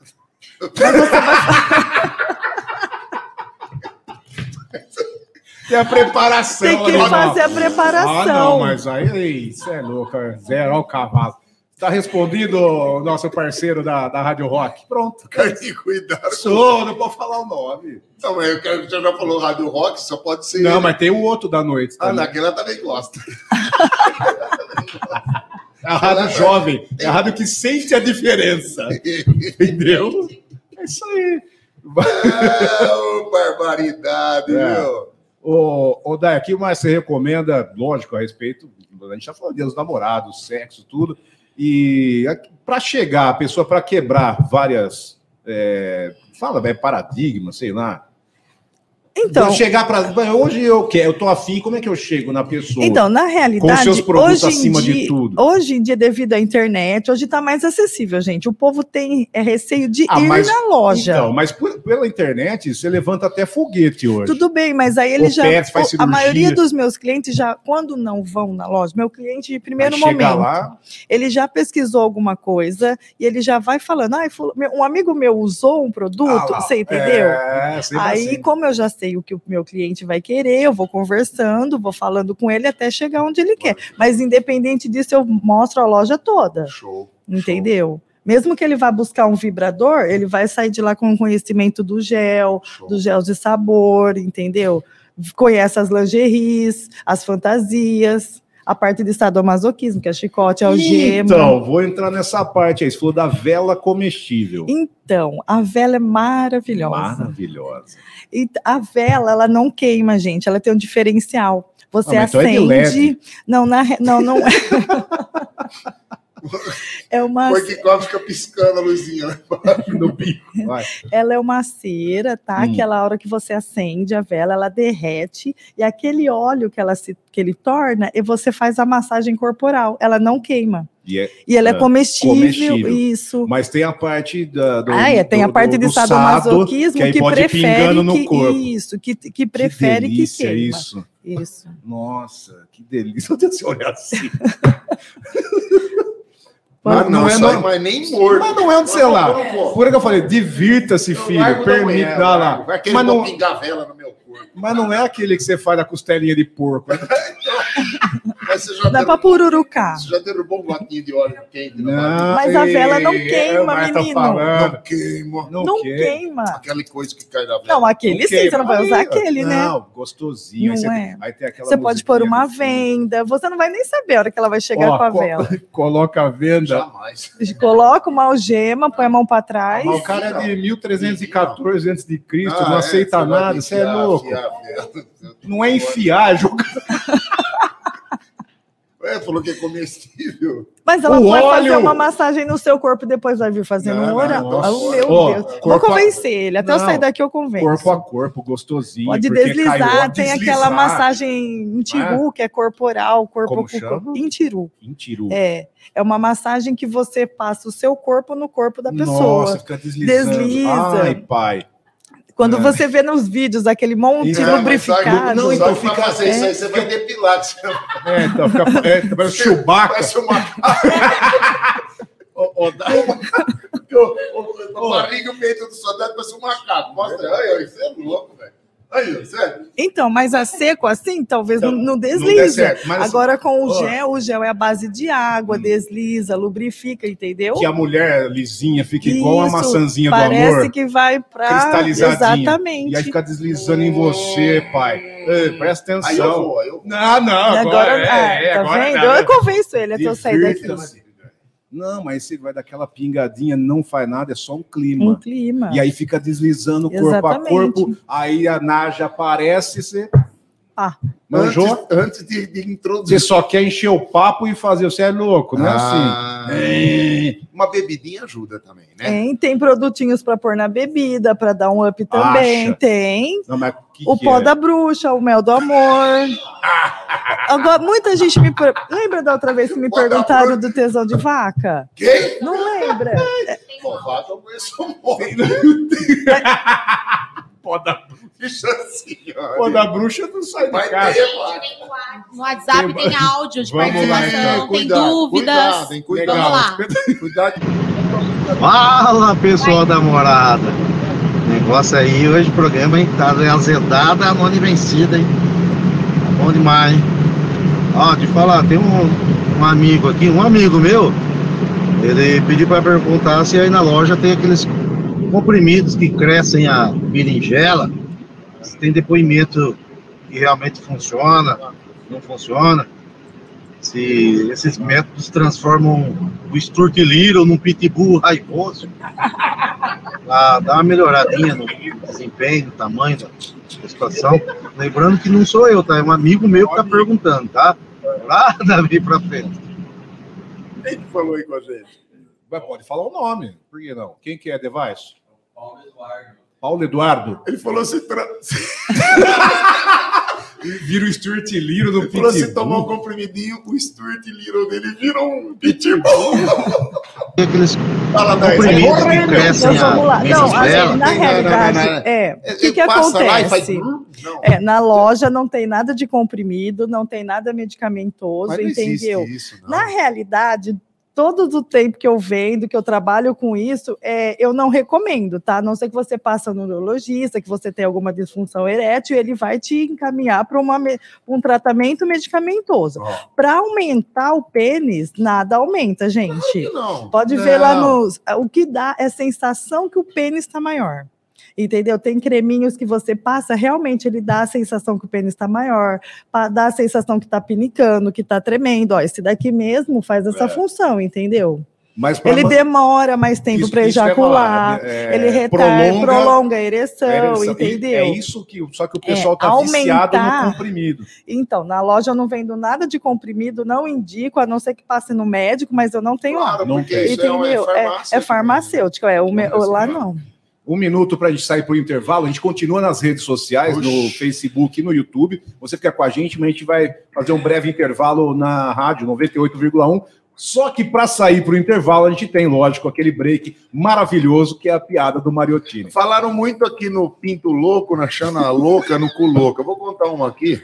S3: Tem a preparação.
S4: Tem que
S3: né?
S4: fazer a
S3: Não.
S4: preparação.
S3: Ah, não, mas aí, ei, isso é louco. é Zero o cavalo. Tá respondido o nosso parceiro da, da Rádio Rock. Pronto.
S2: Cara, que cuidado.
S3: Sou, não pode falar o nome.
S2: Não, mas eu quero, já, já falou Rádio Rock, só pode ser.
S3: Não,
S2: ele.
S3: mas tem o outro da noite. tá
S2: Ah,
S3: também.
S2: naquela também gosta.
S3: É a Rádio Jovem. É a rádio que sente a diferença. Entendeu? É isso aí.
S2: Ah, ô, barbaridade,
S3: É.
S2: meu.
S3: Ô, ô Dai, o que mais você recomenda, lógico, a respeito, a gente já falou de Dia dos namorados, sexo, tudo, e para chegar, a pessoa para né, quebrar várias, é, fala, é paradigma, sei lá,
S4: Então,
S3: Eu chegar para hoje eu quero, eu tô afim, como é que eu chego na pessoa?
S4: Então, na realidade,
S3: Com seus produtos
S4: hoje, em
S3: acima de
S4: dia,
S3: tudo.
S4: hoje em dia, devido à internet, hoje está mais acessível, gente. O povo tem é, receio de
S3: Ah,
S4: ir
S3: mas-
S4: na loja.
S3: Então, mas por- pela internet você levanta até foguete hoje.
S4: Tudo bem, mas aí ele
S3: Ou
S4: já.
S3: pede, faz
S4: o- a
S3: cirurgia.
S4: maioria dos meus clientes já, quando não vão na loja, meu cliente, de primeiro
S3: Aí chega
S4: momento,
S3: lá,
S4: ele já pesquisou alguma coisa e ele já vai falando: ah, um amigo meu usou um
S3: ah
S4: produto,
S3: lá,
S4: você entendeu?
S3: É, sempre
S4: Aí,
S3: assim.
S4: como eu já sei o que o meu cliente vai querer, eu vou conversando, vou falando com ele até chegar onde ele quer. Mas independente disso, eu mostro a loja toda,
S2: Show.
S4: entendeu? Mesmo que ele vá buscar um vibrador, ele vai sair de lá com o conhecimento do gel,
S2: show.
S4: dos gels de sabor, entendeu? Conhece as lingeries, as fantasias, a parte de sadomasoquismo, que é chicote, algema.
S3: Então, vou entrar nessa parte aí. Você falou da vela comestível.
S4: Então, a vela é maravilhosa.
S3: Maravilhosa.
S4: E a vela, ela não queima, gente, ela tem um diferencial. Você
S3: Ah, mas então é de
S4: acende.
S3: leve.
S4: não, na, re- não, não é. *laughs* é uma,
S2: Foi que cobre fica piscando a luzinha né? no bico.
S3: Vai.
S4: ela é uma cera, tá?
S3: Hum.
S4: Aquela hora que você acende a vela, ela derrete e aquele óleo que ela se, que ele torna, e você faz a massagem corporal. Ela não queima.
S3: E é-
S4: E ela é,
S3: É,
S4: comestível,
S3: comestível.
S4: isso.
S3: mas tem a parte da, do.
S4: Ah, é, tem a
S3: do-
S4: parte de
S3: do sado,
S4: sadomasoquismo
S3: que aí
S4: que,
S3: pode ir
S4: prefere
S3: pingando no
S4: que-
S3: corpo.
S4: isso, que, que prefere que,
S3: delícia
S4: queima.
S3: isso.
S4: isso.
S3: Nossa, que delícia. *laughs* Eu tenho que olhar assim.
S2: Mas não, é
S3: no-
S2: normal, mas nem morto.
S3: Mas não é onde sei lá.
S2: Eu não vou.
S3: Por isso que eu falei, divirta-se,
S2: Eu
S3: filho.
S2: largo da
S3: Permite.
S2: manhã,
S3: lá,
S2: largo.
S3: lá.
S2: Vai querer
S3: Mas não,
S2: pingar vela no meu corpo.
S3: mas não é aquele que você faz a costelinha de porco. né?
S2: Mas você já,
S4: Dá
S2: derrubou,
S4: pra pururucar.
S2: você já derrubou um gotinho de óleo quente na barriga?
S3: Não,
S4: Mas a vela não
S3: é,
S4: queima,
S3: mas tá
S4: menino.
S3: falando.
S2: Não queima.
S3: Não,
S4: não
S3: queima.
S4: queima.
S2: Aquela coisa que cai na vela.
S4: Não, aquele sim,
S3: queima.
S4: você não vai usar
S3: Aí, ó.
S4: aquele, né?
S3: Não, gostosinho.
S4: Não
S3: aí, você,
S4: é.
S3: aí tem aquela
S4: Você pode pôr
S3: musiquinha
S4: uma
S3: no fundo.
S4: venda, você não vai nem saber a hora que ela vai chegar
S3: Ó,
S4: com a
S3: co-
S4: vela.
S3: *laughs* Coloca a venda.
S2: Jamais.
S4: Coloca uma algema, põe a mão pra trás.
S3: Mas o cara é de 1314 antes de Cristo, não
S2: Ah, é,
S3: aceita
S2: você vai
S3: nada,
S2: ter
S3: você é
S2: que
S3: louco.
S2: afiar a vela.
S3: *laughs* Não é enfiar, jogar
S2: É, falou que é comestível.
S4: Mas ela
S3: O
S4: vai fazer
S3: óleo!
S4: uma massagem no seu corpo e depois vai vir fazendo
S2: Não,
S4: um
S2: não,
S4: oral.
S3: nossa.
S4: Ah, meu
S3: Ó,
S4: Deus. Vou
S3: corpo a-
S4: convencer ele. Até eu
S3: Não.
S4: sair daqui eu convenço.
S3: corpo a corpo, gostosinho.
S4: Pode
S3: porque
S4: deslizar,
S3: caiu, ó,
S4: tem
S3: deslizar.
S4: aquela massagem intiru, que é corporal, corpo
S3: Como
S4: com
S3: chama?
S4: corpo. Intiru.
S3: Mentira.
S4: É. É uma massagem que você passa o seu corpo no corpo da pessoa.
S3: Nossa, fica deslizando.
S4: Desliza.
S3: Ai, pai.
S4: Quando
S3: É.
S4: você vê nos vídeos aquele monte
S3: Isso,
S4: de
S3: é, mas
S4: lubrificado.
S3: sabe-
S2: Não, então
S3: Não, então
S2: fica
S3: fica-
S2: fazer isso aí, você vai depilar. que Você
S3: É, então fica é, tá
S4: *laughs*
S3: parecendo Chewbacca.
S2: parece uma
S3: Ó, ó, dá-
S2: uma barriga e o peito do soldado, parece um macaco. Mostra aí, ó, isso é louco, velho. Aí, ó, é- sério.
S4: Então, mas a seco assim, talvez
S3: Então,
S4: não, não
S3: Não der
S4: desliza.
S3: certo, mas assim,
S4: Agora com o
S3: ó. Hum.
S4: gel, o gel é a base de água, desliza, lubrifica, entendeu?
S3: que a mulher lisinha fica igual a
S4: Isso,
S3: maçãzinha do
S4: Parece
S3: amor.
S4: que vai pra.
S3: Cristalizadinha.
S4: Exatamente.
S3: E aí fica deslizando em você, pai. Ei, presta
S2: Aí eu
S3: atenção.
S2: vou, aí eu vou.
S3: Não, não, é,
S4: E agora, ah, tá vendo? Eu convenço ele até eu sair daqui.
S3: Divirta-se. né? Não, mas você vai daquela pingadinha, não faz nada, é só um
S4: Um
S3: clima.
S4: clima.
S3: E aí fica deslizando corpo
S4: Exatamente.
S3: a corpo, aí a Naja aparece, você
S4: Ah.
S3: manjou,
S2: Antes, antes de, de
S3: você
S2: introduzir.
S3: só quer encher o papo e fazer, você é louco, não é assim?
S2: Ah,
S3: É.
S2: Uma bebidinha ajuda também,
S1: É.
S2: né?
S4: Tem, tem produtinhos pra pôr na bebida, pra dar um up também.
S3: Acha.
S4: Tem.
S3: Não, mas que
S4: O
S3: que
S4: pó
S3: é?
S4: da bruxa, o mel do
S3: *laughs*
S4: amor. Agora, muita gente me. per- Lembra da outra vez que me
S2: Pó da
S4: perguntaram do tesão de vaca?
S2: Quem?
S4: Não lembra?
S2: Provado, eu conheço um monte.
S3: pó da,
S2: Bicho assim, ó.
S3: pó da bruxa não sai de
S2: Vai
S3: casa.
S2: ter, vai.
S1: No WhatsApp tem, áudio de
S3: Vamos lá,
S1: participação,
S3: então.
S1: tem dúvidas.
S2: Cuidado, hein? Cuidado.
S1: Vamos lá.
S2: Cuidado.
S5: Fala pessoal da morada! Negócio aí, hoje o programa hein, tá azedada, anônima vencida, hein? Tá Bom demais, hein? Ó, de falar, tem um, um amigo aqui, um amigo meu, ele pediu pra perguntar se aí na loja tem aqueles comprimidos que crescem a berinjela, se tem depoimento que realmente funciona, não funciona, se esses métodos transformam o Sturk Little num pitbull raivoso. Pra dar uma melhoradinha no desempenho, no tamanho da situação. Lembrando que não sou eu, tá? É um amigo meu que tá perguntando, tá? *laughs* Nada a ver pra frente.
S2: Quem que falou aí com a gente?
S3: Mas pode falar o nome, por que não? Quem que é, Device? Paulo Eduardo. Paulo Eduardo.
S2: Ele falou se, tra-
S3: Vira o Stuart Little do
S2: ele falou se tomar um comprimidinho, o Stuart Little dele virou um pitbull.
S5: E aqueles
S2: Fala, é Dai.
S5: comprimidos
S2: Corre,
S5: que
S2: meu.
S5: crescem
S4: Então, vamos lá.
S5: a
S4: Não,
S5: meses
S4: assim, na
S2: Não,
S5: dela.
S2: não, não,
S4: realidade,
S2: não, não.
S4: é. O que,
S2: Ele
S4: que
S2: passa lá e faz- "Hum,
S4: acontece?
S2: Não.
S4: É, na loja não tem nada de comprimido, não tem nada medicamentoso,
S2: Mas não existe
S4: entendeu?
S2: isso, não.
S4: Na realidade, todo o tempo que eu vendo, que eu trabalho com isso, é, eu não recomendo, tá? A não ser que você passe no neurologista, que você tem alguma disfunção erétil, ele vai te encaminhar para um tratamento medicamentoso.
S2: Ó.
S4: Para aumentar o pênis, nada aumenta, gente.
S2: Não.
S4: Pode
S2: Não.
S4: ver lá nos. O que dá é a sensação que o pênis está maior. Entendeu? Tem creminhos que você passa, realmente ele dá a sensação que o pênis está maior, pa- dá a sensação que está pinicando, que está tremendo. Ó, esse daqui mesmo faz essa
S3: É.
S4: função, entendeu?
S3: Mas pra
S4: Ele
S3: man-
S4: demora mais tempo
S3: isso-
S4: para
S3: isso que eu ia
S4: ejacular,
S3: falar, né? É,
S4: ele retrai, prolonga,
S3: prolonga-
S4: a ereção,
S3: ereção. E
S4: entendeu?
S3: É isso que só que o pessoal
S4: É,
S3: tá viciado
S4: aumentar-
S3: no comprimido.
S4: Então, na loja eu não vendo nada de comprimido, não indico, a não ser que passe no médico, mas eu não tenho lá.
S2: Claro,
S3: Não
S2: porque
S3: tem.
S2: isso é um-
S4: Entendeu? É, é farmacêutico, é. O meu-
S3: né? Farmacêutico.
S4: lá não.
S3: Um minuto para a gente sair para o intervalo. A gente continua nas redes sociais, no
S2: Oxi.
S3: Facebook e no YouTube. Você fica com a gente, mas a gente vai fazer um breve intervalo na rádio 98,1. Só que para sair para o intervalo, a gente tem, lógico, aquele break maravilhoso que é a piada do Mariottini.
S2: Falaram muito aqui no Pinto Louco, na Xana Louca, no Cu Louca. Eu Vou contar uma aqui.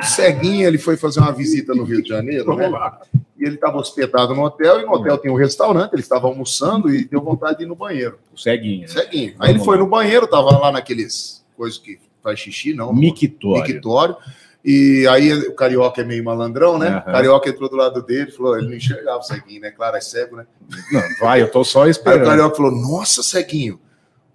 S2: O Ceguinha, ele foi fazer uma visita no Rio de Janeiro, né?
S3: lá.
S2: E ele estava hospedado no hotel, e no hotel tem um restaurante, ele estava almoçando e deu vontade de ir no banheiro.
S3: O ceguinho. Né?
S2: Ceguinha. Aí ele foi no banheiro, estava lá naqueles coisas que faz xixi, não.
S3: Mictório.
S2: Mictório. E aí o carioca é meio malandrão, né?
S3: Aham.
S2: O carioca entrou do lado dele, falou, ele não enxergava o ceguinho, né? Claro, é cego, né?
S3: Não, vai, eu tô só
S2: Aí o
S3: esperando.
S2: Carioca falou: Nossa, Ceguinho,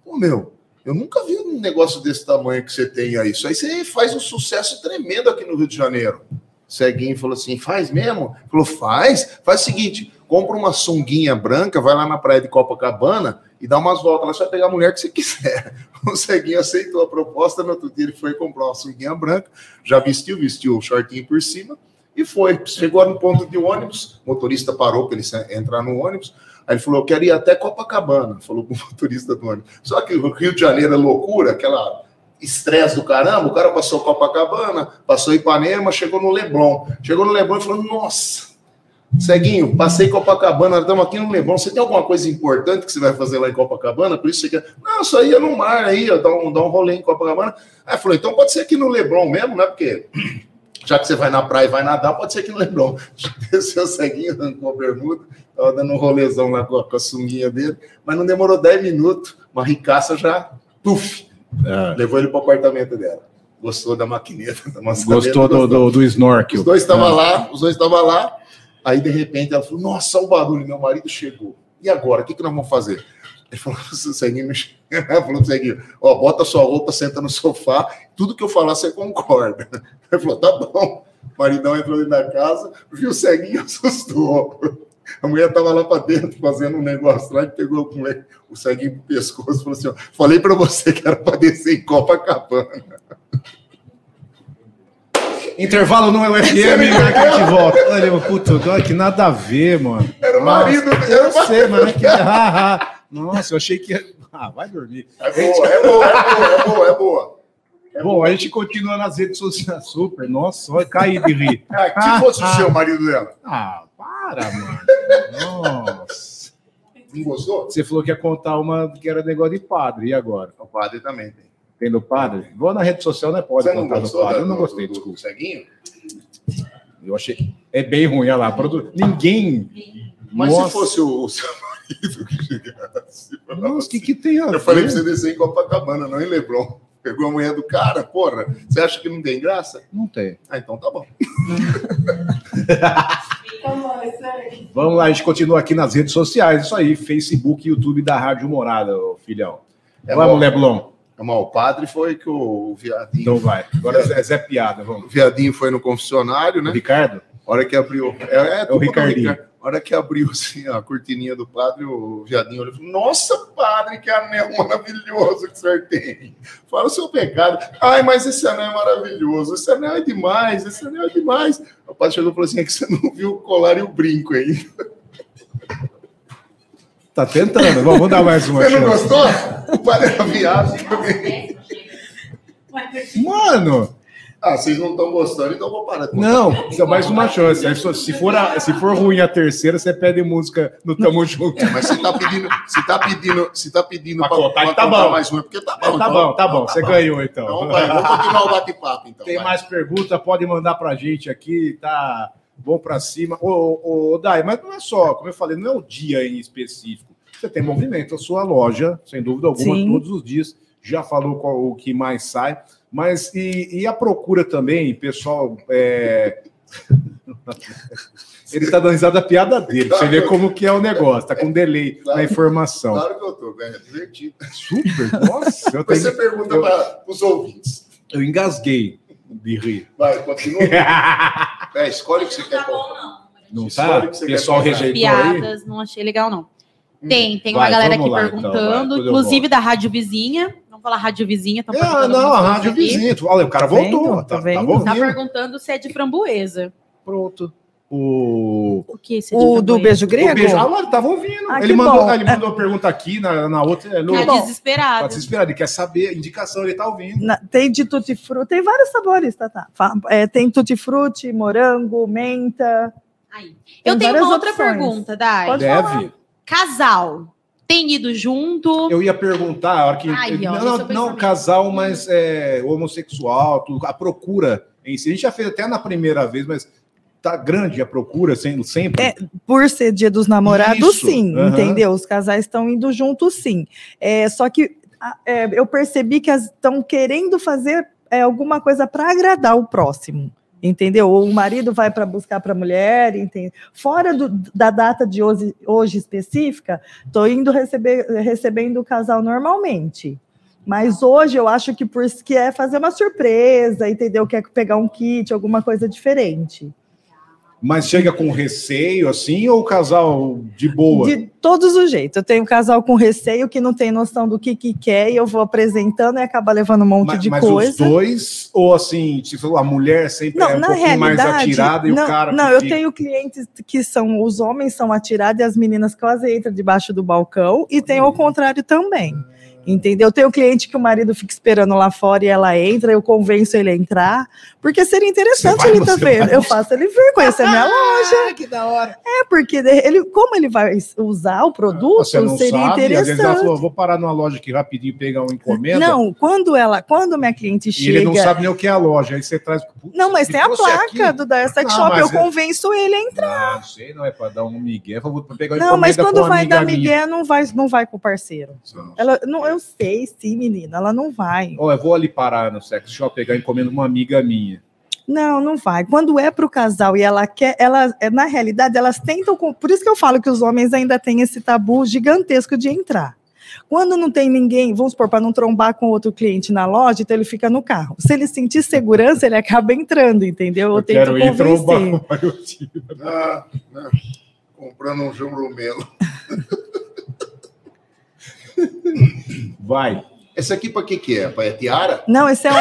S2: ô meu, eu nunca vi um negócio desse tamanho que você tem aí. Isso aí você faz um sucesso tremendo aqui no Rio de Janeiro. Ceguinho falou assim: Faz mesmo? Falou: Faz. Faz o seguinte: compra uma sunguinha branca, vai lá na praia de Copacabana e dá umas voltas. Lá você vai pegar a mulher que você *laughs* quiser. O Ceguinho aceitou a proposta. No outro dia ele foi comprar uma sunguinha branca, já vestiu, vestiu o shortinho por cima. E foi, chegou no ponto de ônibus, o motorista parou para ele se- entrar no ônibus, Aí ele falou, eu quero ir até Copacabana, falou pro *laughs* motorista do ônibus. Só que o Rio de Janeiro é loucura, aquela estresse do caramba, o cara passou Copacabana, passou Ipanema, chegou no Leblon. Chegou no Leblon e falou, nossa, Ceguinho, passei Copacabana, estamos aqui no Leblon, você tem alguma coisa importante que você vai fazer lá em Copacabana? Por isso você quer... Não, só ia no mar aí, ó, dar um, dar um rolê em Copacabana. Aí falou, então pode ser aqui no Leblon mesmo, né, porque... *clears throat* Já que você vai na praia e vai nadar, pode ser aqui no Leblon. *laughs* Desceu o ceguinho, arrancou a bermuda, Tava dando um rolezão lá com a, com a sunguinha dele, mas não demorou 10 minutos. Uma ricaça já, puf,
S3: É.
S2: levou ele para o apartamento dela. Gostou da maquineta, da maçaneta,
S3: Gostou do, do, do snorkel.
S2: Tá Os dois estavam
S3: É.
S2: lá, os dois estavam lá. Aí, de repente, ela falou, nossa, o barulho, meu marido chegou. E agora, o que, que nós vamos fazer? Ele falou, Ceguinho, me chama." *laughs* Ela falou pro Ceguinho, ó, bota sua roupa, senta no sofá, tudo que eu falar você concorda. *laughs* Ele falou, tá bom. O maridão entrou dentro da casa, viu o Ceguinho, *laughs* assustou. A mulher tava lá para dentro fazendo um negócio lá e pegou com ele, o ceguinho pro pescoço e falou assim: ó, falei para você que era para descer em Copacabana.
S3: É. Intervalo no UFM, né, a gente volta. Olha, puto, olha que nada a ver, mano.
S2: Era o
S3: Nossa,
S2: marido, era
S3: Eu
S2: o marido. *laughs*
S3: sei, mano. é que- ah, ah. Nossa, eu achei que. *laughs* ia- Ah, vai dormir.
S2: É boa, é boa, é boa, é boa, é boa. É
S3: Bom, a gente continua nas redes sociais. Super, nossa, olha, caí de
S2: *laughs*
S3: rir.
S2: Ah, se fosse o seu marido dela,
S3: Ah, para, mano. Nossa.
S2: não gostou?
S3: Você falou que ia contar uma que era negócio de padre, e agora?
S2: O padre também tem.
S3: Tem do padre? Vou na rede social, não é pode
S2: Você não
S3: contar do
S2: gostou?
S3: padre.
S2: da-
S3: Eu não
S2: do-
S3: gostei,
S2: do, do
S3: desculpa.
S2: ceguinho?
S3: Eu achei. É bem ruim, olha lá. produ- Ninguém.
S2: Mas
S3: Nossa.
S2: se fosse o, o seu marido que chegasse. pra
S3: Nossa, o
S2: você-
S3: que, que tem a
S2: Eu
S3: ver?
S2: falei para você descer em Copacabana, não em Leblon. Pegou a mulher do cara, porra. Você acha que não tem graça?
S3: Não tem.
S2: Ah, então tá bom.
S3: Vamos lá, a gente continua aqui nas redes sociais. Isso aí, Facebook e YouTube da Rádio Morada, ô filhão.
S2: É
S3: vamos,
S2: bom.
S3: Leblon.
S2: Mas o padre foi que o viadinho.
S3: Então vai. Agora é Zé- Zé Piada, vamos.
S2: o viadinho foi no confessionário, né?
S3: Ricardo?
S2: A hora que abriu. É, é,
S3: o
S2: tudo do
S3: Ricardinho.
S2: Ricardo. A hora que abriu assim, a cortininha do padre, o viadinho olhou e falou: Nossa, padre, que anel maravilhoso que o senhor tem. Fala o seu pecado. Ai, mas esse anel é maravilhoso, esse anel é demais, esse anel é demais. O padre chegou e falou assim: É que você não viu o colar e o brinco ainda.
S3: Tá tentando. Vamos vamos dar mais uma
S2: Você não
S3: chance.
S2: gostou? O é Varela viagem também.
S3: *laughs* Mano,
S2: Ah, vocês não estão gostando, então eu vou parar. de contar.
S3: não, precisa mais uma chance. Aí só- se, for a- se for ruim a terceira, você pede música no Tamo Junto.
S2: Mas você tá pedindo, você tá pedindo, você tá pedindo
S3: Pra
S2: pra,
S3: contar
S2: pra
S3: que tá
S2: contar
S3: bom.
S2: mais uma, porque tá bom.
S3: Tá
S2: então.
S3: bom, tá bom. Você ganhou
S2: Então
S3: então.
S2: vai, vamos continuar o bate-papo então.
S3: Tem
S2: vai.
S3: mais pergunta, pode mandar pra gente aqui, tá bom pra cima. Ô, ô, ô, Dai, mas não é só, como eu falei, não é o dia em específico. Você tem movimento, a sua loja, sem dúvida alguma,
S4: Sim.
S3: todos os dias, já falou qual, o que mais sai. Mas e, e a procura também, pessoal? é, *laughs* Ele tá dando risada da piada dele, pra você vê como que é o negócio, tá com delay na informação.
S2: Claro que eu tô, né? É divertido.
S3: Super, nossa, eu,
S2: Mas você
S3: tenho-
S2: pergunta
S3: eu-
S2: para os ouvintes.
S3: eu engasguei de
S2: *laughs*
S3: rir.
S2: Vai, continua. É, escolhe o que você
S1: Tá
S2: quer contar.
S3: Não
S2: Escolhe
S3: tá?
S2: o que você
S3: Pessoal
S2: quer comprar.
S3: rejeitou aí? Hum.
S1: Piadas, não achei legal, não. Tem, tem uma
S3: Vai,
S1: galera aqui
S3: vamos lá, então, vai,
S1: perguntando,
S3: depois eu
S1: inclusive da Rádio Vizinha. Vamos falar Rádio Vizinha, estão
S3: Ah, não, a rádio vizinha. Tu- Olha, o cara
S4: Tá vendo?
S3: voltou.
S4: Tá
S3: Tá, tá,
S4: vendo?
S3: ouvindo.
S1: Tá perguntando se é de framboesa.
S3: Pronto. O.
S1: O que esse é de
S4: O do beijo
S1: framboesa?
S3: o beijo.
S4: grego?
S3: Ah, ele tava ouvindo.
S4: Ah,
S3: ele,
S4: que
S3: mandou,
S4: bom.
S3: ah, ele mandou uma pergunta aqui, na, na outra. É
S1: Tá
S3: louco. Tá
S1: desesperada.
S3: desesperado, ele quer saber, indicação, ele tá ouvindo.
S4: Na- tem de tutti frutti, tem vários sabores, tá, tem tutti frutti, morango, menta.
S1: Aí.
S4: Tem
S1: Eu tenho
S4: várias
S1: uma outra
S4: opções.
S1: pergunta, Dai.
S4: Pode
S3: Deve.
S1: Casal, tem ido junto?
S3: Eu ia perguntar, a hora que.
S1: Ai, ó, esse é
S3: não,
S1: o
S3: não, não
S1: pensamento.
S3: casal, mas é, homossexual, tudo, a procura em si. A gente já fez até na primeira vez, mas tá grande a procura, sendo sempre.
S4: É, Por ser dia dos namorados,
S3: Isso,
S4: sim,
S3: aham.
S4: entendeu? Os casais estão indo juntos, sim. É, só que a- é, eu percebi que estão querendo fazer é, alguma coisa para agradar o próximo. Entendeu? Ou o marido vai para buscar para a mulher, entende? Fora do- da data de hoje, hoje específica, tô indo receber, recebendo o casal normalmente. Mas hoje eu acho que por isso que é fazer uma surpresa, entendeu? Quer pegar um kit, alguma coisa diferente.
S3: Mas chega com receio, assim, ou o casal de boa?
S4: De todos os jeitos. Eu tenho um casal com receio que não tem noção do que, que quer e eu vou apresentando e acaba levando um monte
S3: Ma-
S4: de
S3: mas os
S4: coisa.
S3: dois, ou assim, tipo, a mulher sempre
S4: Não,
S3: é um
S4: na
S3: pouquinho mais
S4: realidade,
S3: atirada e
S4: não,
S3: o cara.
S4: não
S3: que
S4: eu
S3: fica-
S4: tenho clientes que são os homens são atirados e as meninas quase entram debaixo do balcão e tem ao contrário também. Entendeu? Tem o cliente que o marido fica esperando lá fora e ela entra, eu convenço ele a entrar, porque seria interessante
S3: Você vai,
S4: ele
S3: você
S4: também.
S3: vai.
S4: Eu faço ele vir conhecer minha loja.
S3: Ah, que da hora.
S4: É, porque de- ele, como ele vai usar o produto,
S3: Você não
S4: seria
S3: sabe, às vezes ela
S4: interessante.
S3: falou, vou parar numa loja aqui rapidinho pegar uma encomenda.
S4: Não, quando ela, quando minha cliente
S3: E ele
S4: chega.
S3: não sabe nem o que é a loja. Aí você traz. Putz,
S4: Não, mas
S3: me
S4: tem a
S3: trouxe
S4: placa
S3: aqui?
S4: do Daya Sex
S3: Ah,
S4: Shop,
S3: mas
S4: eu
S3: é-
S4: convenço ele a entrar.
S3: Não, não sei, não é pra dar um migué. Eu Vou pegar uma
S4: Não, mas
S3: encomenda
S4: quando
S3: com uma
S4: vai
S3: amiga
S4: dar
S3: minha.
S4: Miguel, não vai, não vai com o parceiro.
S2: Não.
S4: Ela, não, eu sei, sim, menina, ela não vai.
S3: Ó, eu vou ali parar no sex shop, pegar encomenda com uma amiga minha.
S4: Não, não vai. Quando é pro casal e ela quer, ela, é, na realidade, elas tentam. com- Por isso que eu falo que os homens ainda têm esse tabu gigantesco de entrar. Quando não tem ninguém, vamos supor, para não trombar com outro cliente na loja, então ele fica no carro. Se ele sentir segurança, ele acaba entrando, entendeu? Eu, tento convencer.
S3: um mas eu tive.
S2: Ah, né? Comprando um jurumelo.
S3: Vai.
S2: Esse aqui para que que é? Para tiara?
S4: Não, esse é um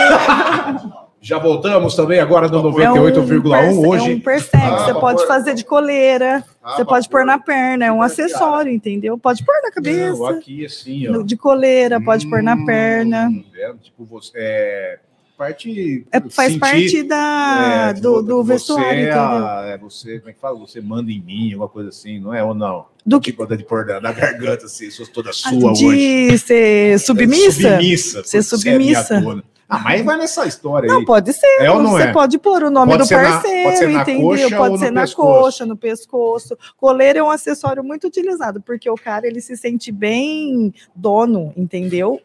S3: Já voltamos também agora no
S4: É um
S3: 98,1
S4: perce-
S3: hoje.
S4: É um persegue.
S2: Ah,
S4: você
S2: pra
S4: pode
S2: pôr-
S4: fazer de coleira,
S2: Ah,
S4: você
S2: pra
S4: pode pôr na perna, é um
S2: Fica
S4: acessório, entendeu? Pode pôr na cabeça,
S3: Não, aqui assim, ó.
S4: no- de coleira, pode pôr na
S2: Hum.
S4: perna.
S3: É, tipo, você. É, parte.
S4: Né? É, faz
S3: sentir,
S4: parte da,
S3: é,
S4: do,
S3: vo-
S4: do
S3: você
S4: vestuário,
S3: é
S4: entendeu?
S3: a- é você, como é que fala? Você manda em mim, alguma coisa assim, não é ou não?
S4: Do que Ah,
S3: Tipo, de pôr na, na garganta, assim, sou toda sua hoje. É
S4: de ser submissa?
S3: Submissa.
S4: Ser
S3: você é minha
S4: submissa.
S3: dona. Ah, mas vai nessa história
S4: Não,
S3: aí.
S4: pode ser.
S3: É ou não
S4: você
S3: é?
S4: pode pôr o nome
S3: Pode
S4: do
S3: ser na- pode
S4: parceiro,
S3: ser na
S4: entendeu?
S3: coxa
S4: pode
S3: ou
S4: ser
S3: no
S4: na
S3: pescoço.
S4: coxa, no pescoço. Coleira é um acessório muito utilizado, porque o cara ele se sente bem dono, entendeu?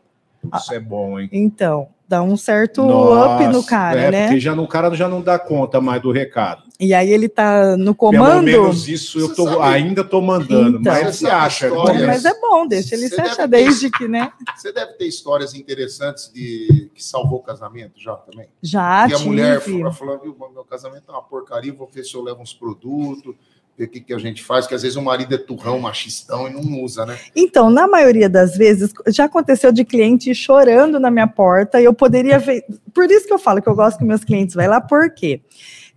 S3: Isso é bom, hein?
S4: Então, dá um certo up no
S3: Nossa,
S4: cara,
S3: é,
S4: né?
S3: Porque já, não- o cara já não dá conta mais do recado.
S4: E aí ele tá no
S2: é
S3: Pelo
S4: comando.
S3: menos isso eu
S2: Você
S3: tô,
S2: sabe-
S3: ainda tô mandando,
S4: Então.
S3: mas você acha.
S2: Bom,
S4: Bom,
S3: né?
S4: mas é bom, deixa ele
S2: Você
S4: se achar
S2: deve ter-
S4: desde que, né?
S2: Você deve ter histórias interessantes de que salvou casamento já também.
S4: Já
S2: e a
S4: Ah, tive.
S2: mulher falou, falou, viu, meu casamento é uma porcaria, vou ver se eu levo uns produtos, ver o que, que a gente faz, que às vezes o marido é turrão, machistão e não usa, né?
S4: Então, na maioria das vezes, já aconteceu de cliente chorando na minha porta e eu poderia ver. Por isso que eu falo que eu gosto que meus clientes vai lá, por quê?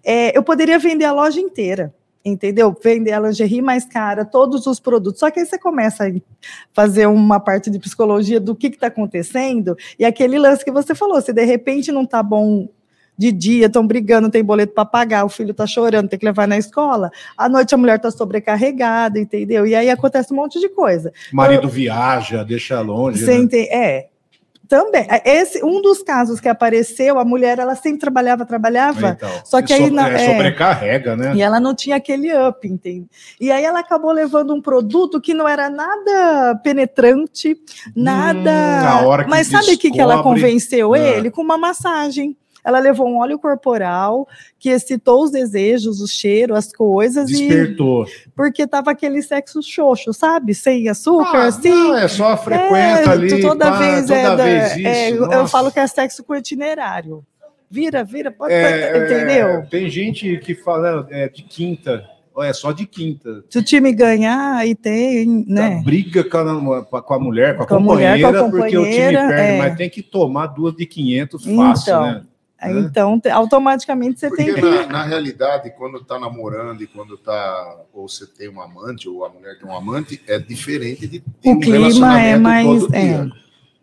S4: É, eu poderia vender a loja inteira. entendeu? Vender a lingerie mais cara, todos os produtos. Só que aí você começa a fazer uma parte de psicologia do que está acontecendo, e aquele lance que você falou, se de repente não está bom de dia, estão brigando, tem boleto para pagar, o filho está chorando, tem que levar na escola. À noite a mulher está sobrecarregada, entendeu? E aí acontece um monte de coisa.
S3: Marido viaja, deixa longe. né?
S4: Você ente- É. Também. Esse, um dos casos que apareceu, a mulher, ela sempre trabalhava, trabalhava,
S3: Então,
S4: só que aí
S3: so-
S4: na-
S3: é,
S4: é.
S3: sobrecarrega, né?
S4: e ela não tinha aquele up, entende? E aí ela acabou levando um produto que não era nada penetrante, nada.
S3: na Hum, hora que
S4: Mas sabe o que, que ela
S3: descobre-
S4: convenceu
S3: Ah.
S4: ele? Com uma massagem. Ela levou um óleo corporal que excitou os desejos, o cheiro, as coisas, e
S3: Despertou.
S4: porque tava aquele sexo xoxo, sabe? Sem açúcar,
S3: Ah,
S4: assim.
S3: não, é só frequenta
S4: É,
S3: ali.
S4: tu toda
S3: pá,
S4: vez
S3: toda
S4: é, da-
S3: vez isso.
S4: é, eu- eu
S3: nossa.
S4: falo que é sexo com itinerário. Vira, vira, pode,
S3: É, é,
S4: entendeu?
S3: Tem gente que fala é, de quinta, ó, é só de quinta.
S4: Se o time ganhar, aí tem, né?
S3: Tá, briga com a, com a mulher, com a,
S4: Com a
S3: companheira,
S4: mulher, com a
S3: porque o time
S4: companheira,
S3: perde,
S4: é.
S3: mas tem que tomar duas de 500 fácil,
S4: Então.
S3: né?
S4: Aí,
S3: Né?
S4: Então, te- automaticamente você
S2: Porque
S4: tem.
S2: na, na realidade, quando tá namorando e quando tá. Ou você tem um amante, ou a mulher tem um amante, é diferente de ter
S4: O
S2: um
S4: clima
S2: relacionamento
S4: é mais-
S2: todo
S4: é.
S2: dia.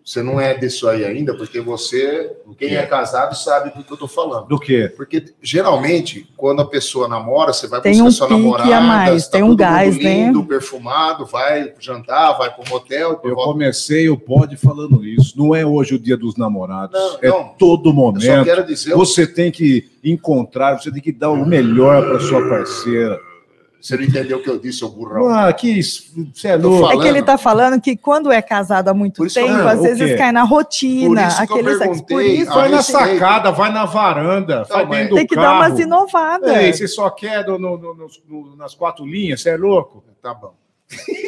S2: Você não é disso aí ainda, porque você, quem é casado, sabe do que eu tô falando.
S3: Do que?
S2: Porque geralmente, quando a pessoa namora, você vai
S4: Tem
S2: buscar
S4: um
S2: sua
S4: pique
S2: namorada,
S4: a mais,
S2: você tá
S4: tem um
S2: todo
S4: gás,
S2: mundo
S4: né?
S2: lindo, perfumado, vai jantar, vai pro motel,
S3: Eu
S2: volta.
S3: comecei o pod falando isso. Não é hoje o dia dos namorados.
S2: Não,
S3: é
S2: não.
S3: todo
S2: Eu só
S3: momento.
S2: quero dizer,
S3: Você tem que encontrar, você tem que dar o melhor para sua parceira.
S2: você não entendeu o que eu disse, seu burrão.
S3: Ah, que isso, você é
S2: Tô
S3: louco.
S4: É que ele
S2: falando.
S4: tá falando que quando é casado há muito
S2: Por isso
S4: tempo,
S2: que eu-
S4: às
S3: o quê?
S4: vezes cai na
S2: Por
S4: rotina,
S2: isso que eu
S4: aquele sexo. Por
S2: perguntei,
S4: isso,
S3: Vai
S2: Ah,
S3: na
S2: esse aí.
S3: sacada, vai na varanda, vai
S2: mas
S3: dentro do
S4: tem que
S3: carro. É,
S4: dar umas inovadas.
S3: Ei, você só quer no- no- no- nos- no- nas quatro linhas, você é louco?
S2: Tá bom. *laughs*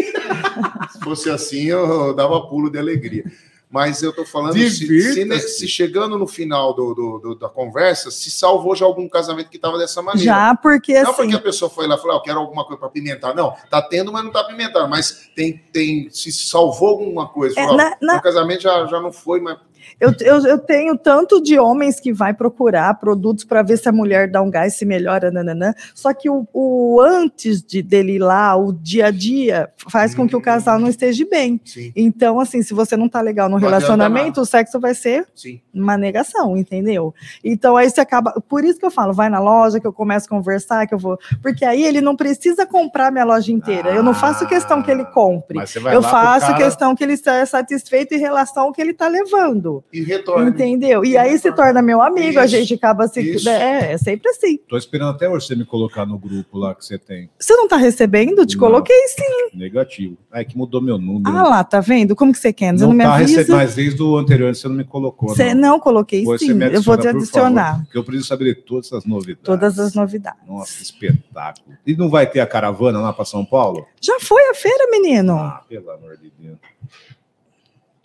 S2: se fosse assim, eu dava pulo de alegria. Mas eu tô falando, se, se, ne-
S3: Divirta-se.
S2: se chegando no final do, do- do- da conversa, se salvou já algum casamento que tava dessa maneira.
S4: Já porque
S2: Não
S4: assim.
S2: porque a pessoa foi lá e falou, ah, eu quero alguma coisa para pimentar. Não, tá tendo, mas não tá pimentando. Mas tem, tem, se salvou alguma coisa.
S4: É,
S2: Falou,
S4: na-
S2: "Ah,
S4: na-
S2: Meu casamento já, já não foi, mas
S4: Eu, eu, eu tenho tanto de homens que vai procurar produtos para ver se a mulher dá um gás, se melhora, nananã. Só que o, o antes de, dele ir lá, o dia a dia, faz com que o
S2: Hum.
S4: casal não esteja bem.
S2: sim,
S4: Então, assim, se você não tá legal no
S2: Não adianta
S4: relacionamento,
S2: nada.
S4: o sexo vai ser
S2: sim.
S4: uma negação, entendeu? Então aí você acaba. Por isso que eu falo, vai na loja, que eu começo a conversar, que eu vou. Porque aí ele não precisa comprar minha loja inteira. eu não faço questão que ele compre.
S3: Mas você vai
S4: Eu
S3: lá pro
S4: faço
S3: cara-
S4: questão que ele esteja satisfeito em relação ao que ele está levando.
S2: E retorna.
S4: Entendeu? E aí se torna meu amigo, a
S2: Isso,
S4: gente acaba se.
S2: isso.
S4: É, é sempre assim.
S3: Tô esperando até hoje você me colocar no grupo lá que você tem.
S4: Você não está recebendo? Te
S3: Não.
S4: coloquei sim.
S3: Negativo. Ai, que mudou meu número.
S4: Ah lá, tá vendo? Como que você quer? Você não, me
S3: tá recebendo,
S4: avisa.
S3: mas desde o anterior você não me colocou.
S4: Você-
S3: não.
S4: não, coloquei
S3: Você
S4: sim.
S3: me
S4: Eu vou te
S3: adiciona, por
S4: adicionar.
S3: favor, Porque eu preciso saber de todas essas novidades.
S4: Todas as novidades.
S3: Nossa, espetáculo. E não vai ter a caravana lá para São Paulo?
S4: Já foi a feira, menino?
S3: Ah, pelo amor de Deus.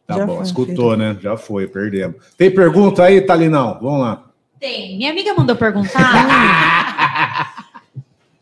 S3: Tá
S4: Já
S3: bom,
S4: foi,
S3: escutou, né? Já foi, perdemos. Tem pergunta aí, Talinão? Vamos lá.
S1: Tem. Minha amiga mandou perguntar.
S2: *laughs*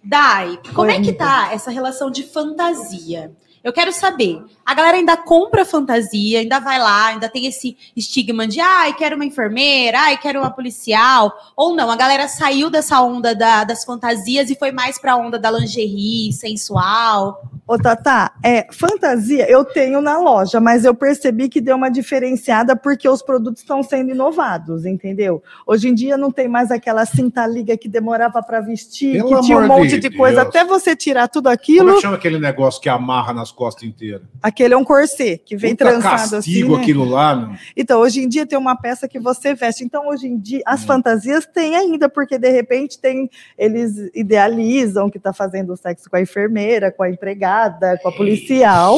S1: Dai, como é que tá essa relação de fantasia? Eu quero saber. A galera ainda compra fantasia, ainda vai lá, ainda tem esse estigma de ai, quero uma enfermeira, ai, quero uma policial. Ou não, a galera saiu dessa onda da- das fantasias e foi mais pra onda da lingerie, sensual.
S4: Ô, Tatá, é, fantasia eu tenho na loja, mas eu percebi que deu uma diferenciada porque os produtos estão sendo inovados, entendeu? Hoje em dia não tem mais aquela cinta liga que demorava para vestir,
S3: Pelo
S4: que tinha um
S3: amor
S4: monte
S3: de
S4: de, coisa,
S3: Deus.
S4: até você tirar tudo
S3: Como é
S4: aquilo,
S3: que chama aquele negócio que amarra nas costas inteiras?
S4: aquele é um corset que vem
S3: Puta
S4: trançado assim,
S3: castigo
S4: né?
S3: aquilo lá, meu.
S4: Então, hoje em dia tem uma peça que você veste. Então, hoje em dia,
S3: Hum.
S4: as fantasias têm ainda, porque de repente tem. Eles idealizam que está fazendo sexo com a enfermeira, com a empregada, com a policial,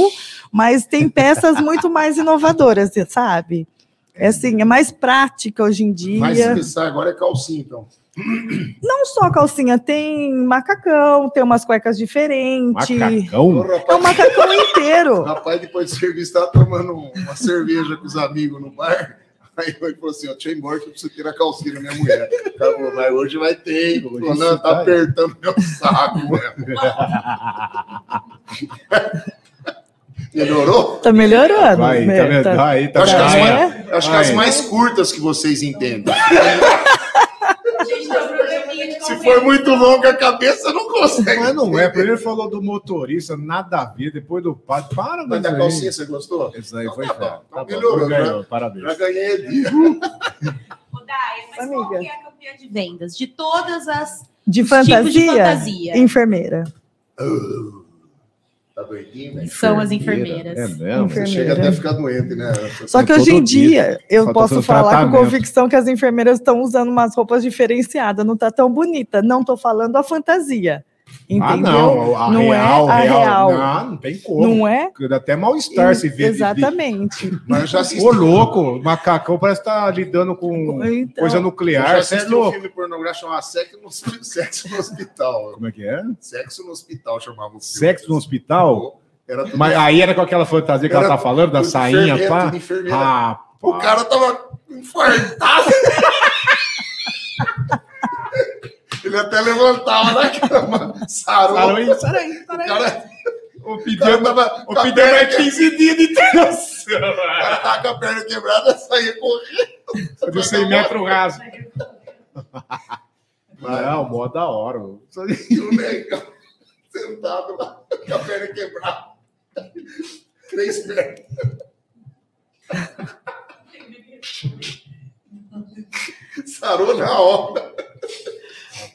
S4: mas tem peças muito mais inovadoras, você sabe? É assim, é mais prática hoje em dia.
S2: Mas se pensar, agora é calcinha, então.
S4: Não só calcinha, tem macacão, tem umas cuecas diferentes.
S2: O
S3: Macacão?
S4: É um
S2: rapaz,
S4: macacão inteiro.
S2: rapaz, depois de serviço, tava tomando uma cerveja com os amigos no bar. Aí ele falou assim: ó, tinha embora que eu preciso tirar a calcinha da minha mulher. Acabou, mas hoje vai ter. hein?
S3: Hoje
S2: Falou,
S3: isso
S2: não,
S3: vai.
S2: tá apertando meu saco.
S3: *laughs*
S2: mesmo. Melhorou?
S4: Tá melhorando.
S3: Vai,
S4: né?
S3: tá vendo?
S4: Tá-
S3: Aí, tá
S2: acho que, as,
S3: vendo?
S4: é?
S2: mais- acho que as
S3: Aí.
S2: mais curtas que vocês entendem.
S1: Gente, tem um probleminha de
S2: Se Se for muito longa a cabeça, não consegue.
S3: Mas não é. Primeiro falou do motorista, nada a ver. Depois do padre. Para,
S2: Mas
S3: mas
S2: da
S3: aí-
S2: calcinha, você gostou?
S3: Isso aí
S2: Então
S3: foi
S2: tá
S3: fera.
S2: bom,
S3: Tá bom,
S2: melhorou, né?
S3: então ganhou,
S2: Já
S3: Parabéns.
S2: ganhei dia.
S1: Ô, Daia, mas qual
S4: Amiga.
S1: que é a campeã de vendas? De todas as
S4: De
S1: os tipos de
S4: fantasia?
S1: fantasia
S4: Enfermeira.
S2: Tá doidinho,
S1: que
S2: né?
S1: são as enfermeiras.
S3: É mesmo?
S2: Você chega até a ficar doente, né?
S4: Só que
S3: Todo
S4: hoje em
S3: dia.
S4: dia, eu
S3: Só tá
S4: posso
S3: fazendo
S4: falar com
S3: tratamento.
S4: convicção que as enfermeiras estão usando umas roupas diferenciadas, não tá tão bonita. Não tô falando a fantasia. Entendeu?
S3: Ah, não. A
S4: Não é
S3: real,
S4: a
S3: real.
S4: real.
S3: Não, não tem como.
S4: Não é?
S3: Dá até mal-estar se ver.
S4: Exatamente.
S2: Mas eu já assisti, um
S3: Ô, louco, macacão parece que tá lidando com
S4: Então,
S3: coisa
S2: eu já
S3: nuclear. Você é
S2: assisti um
S3: louco.
S2: filme pornográfico chamado Sexo no, *laughs* Sexo no Hospital.
S3: Como é que é?
S2: Sexo no Hospital chamava o filme.
S3: Sexo no hospital?
S2: Era tudo
S3: Mas aí era com aquela fantasia que
S2: Era
S3: ela tá falando, da
S2: tudo
S3: sainha,
S2: enfermeira,
S3: pá.
S2: tudo enfermeira.
S3: Ah,
S2: O cara tava
S3: *laughs*
S2: infartado. Ele até levantava da cama. Sarou.
S3: Sarou aí,
S2: sarou O cara,
S3: o
S2: o cara
S3: pedido,
S2: tava,
S3: o
S2: com a
S3: pedido
S2: perna
S3: era
S2: que-
S3: 15 dias de internação. *laughs*
S2: o cara tava com a perna quebrada, saía correndo.
S3: De 100 metros raso.
S2: Mas
S3: Não, mó da hora. mano.
S2: e o negão *laughs* sentado lá, com a perna quebrada. Três pernas. Sarou na hora.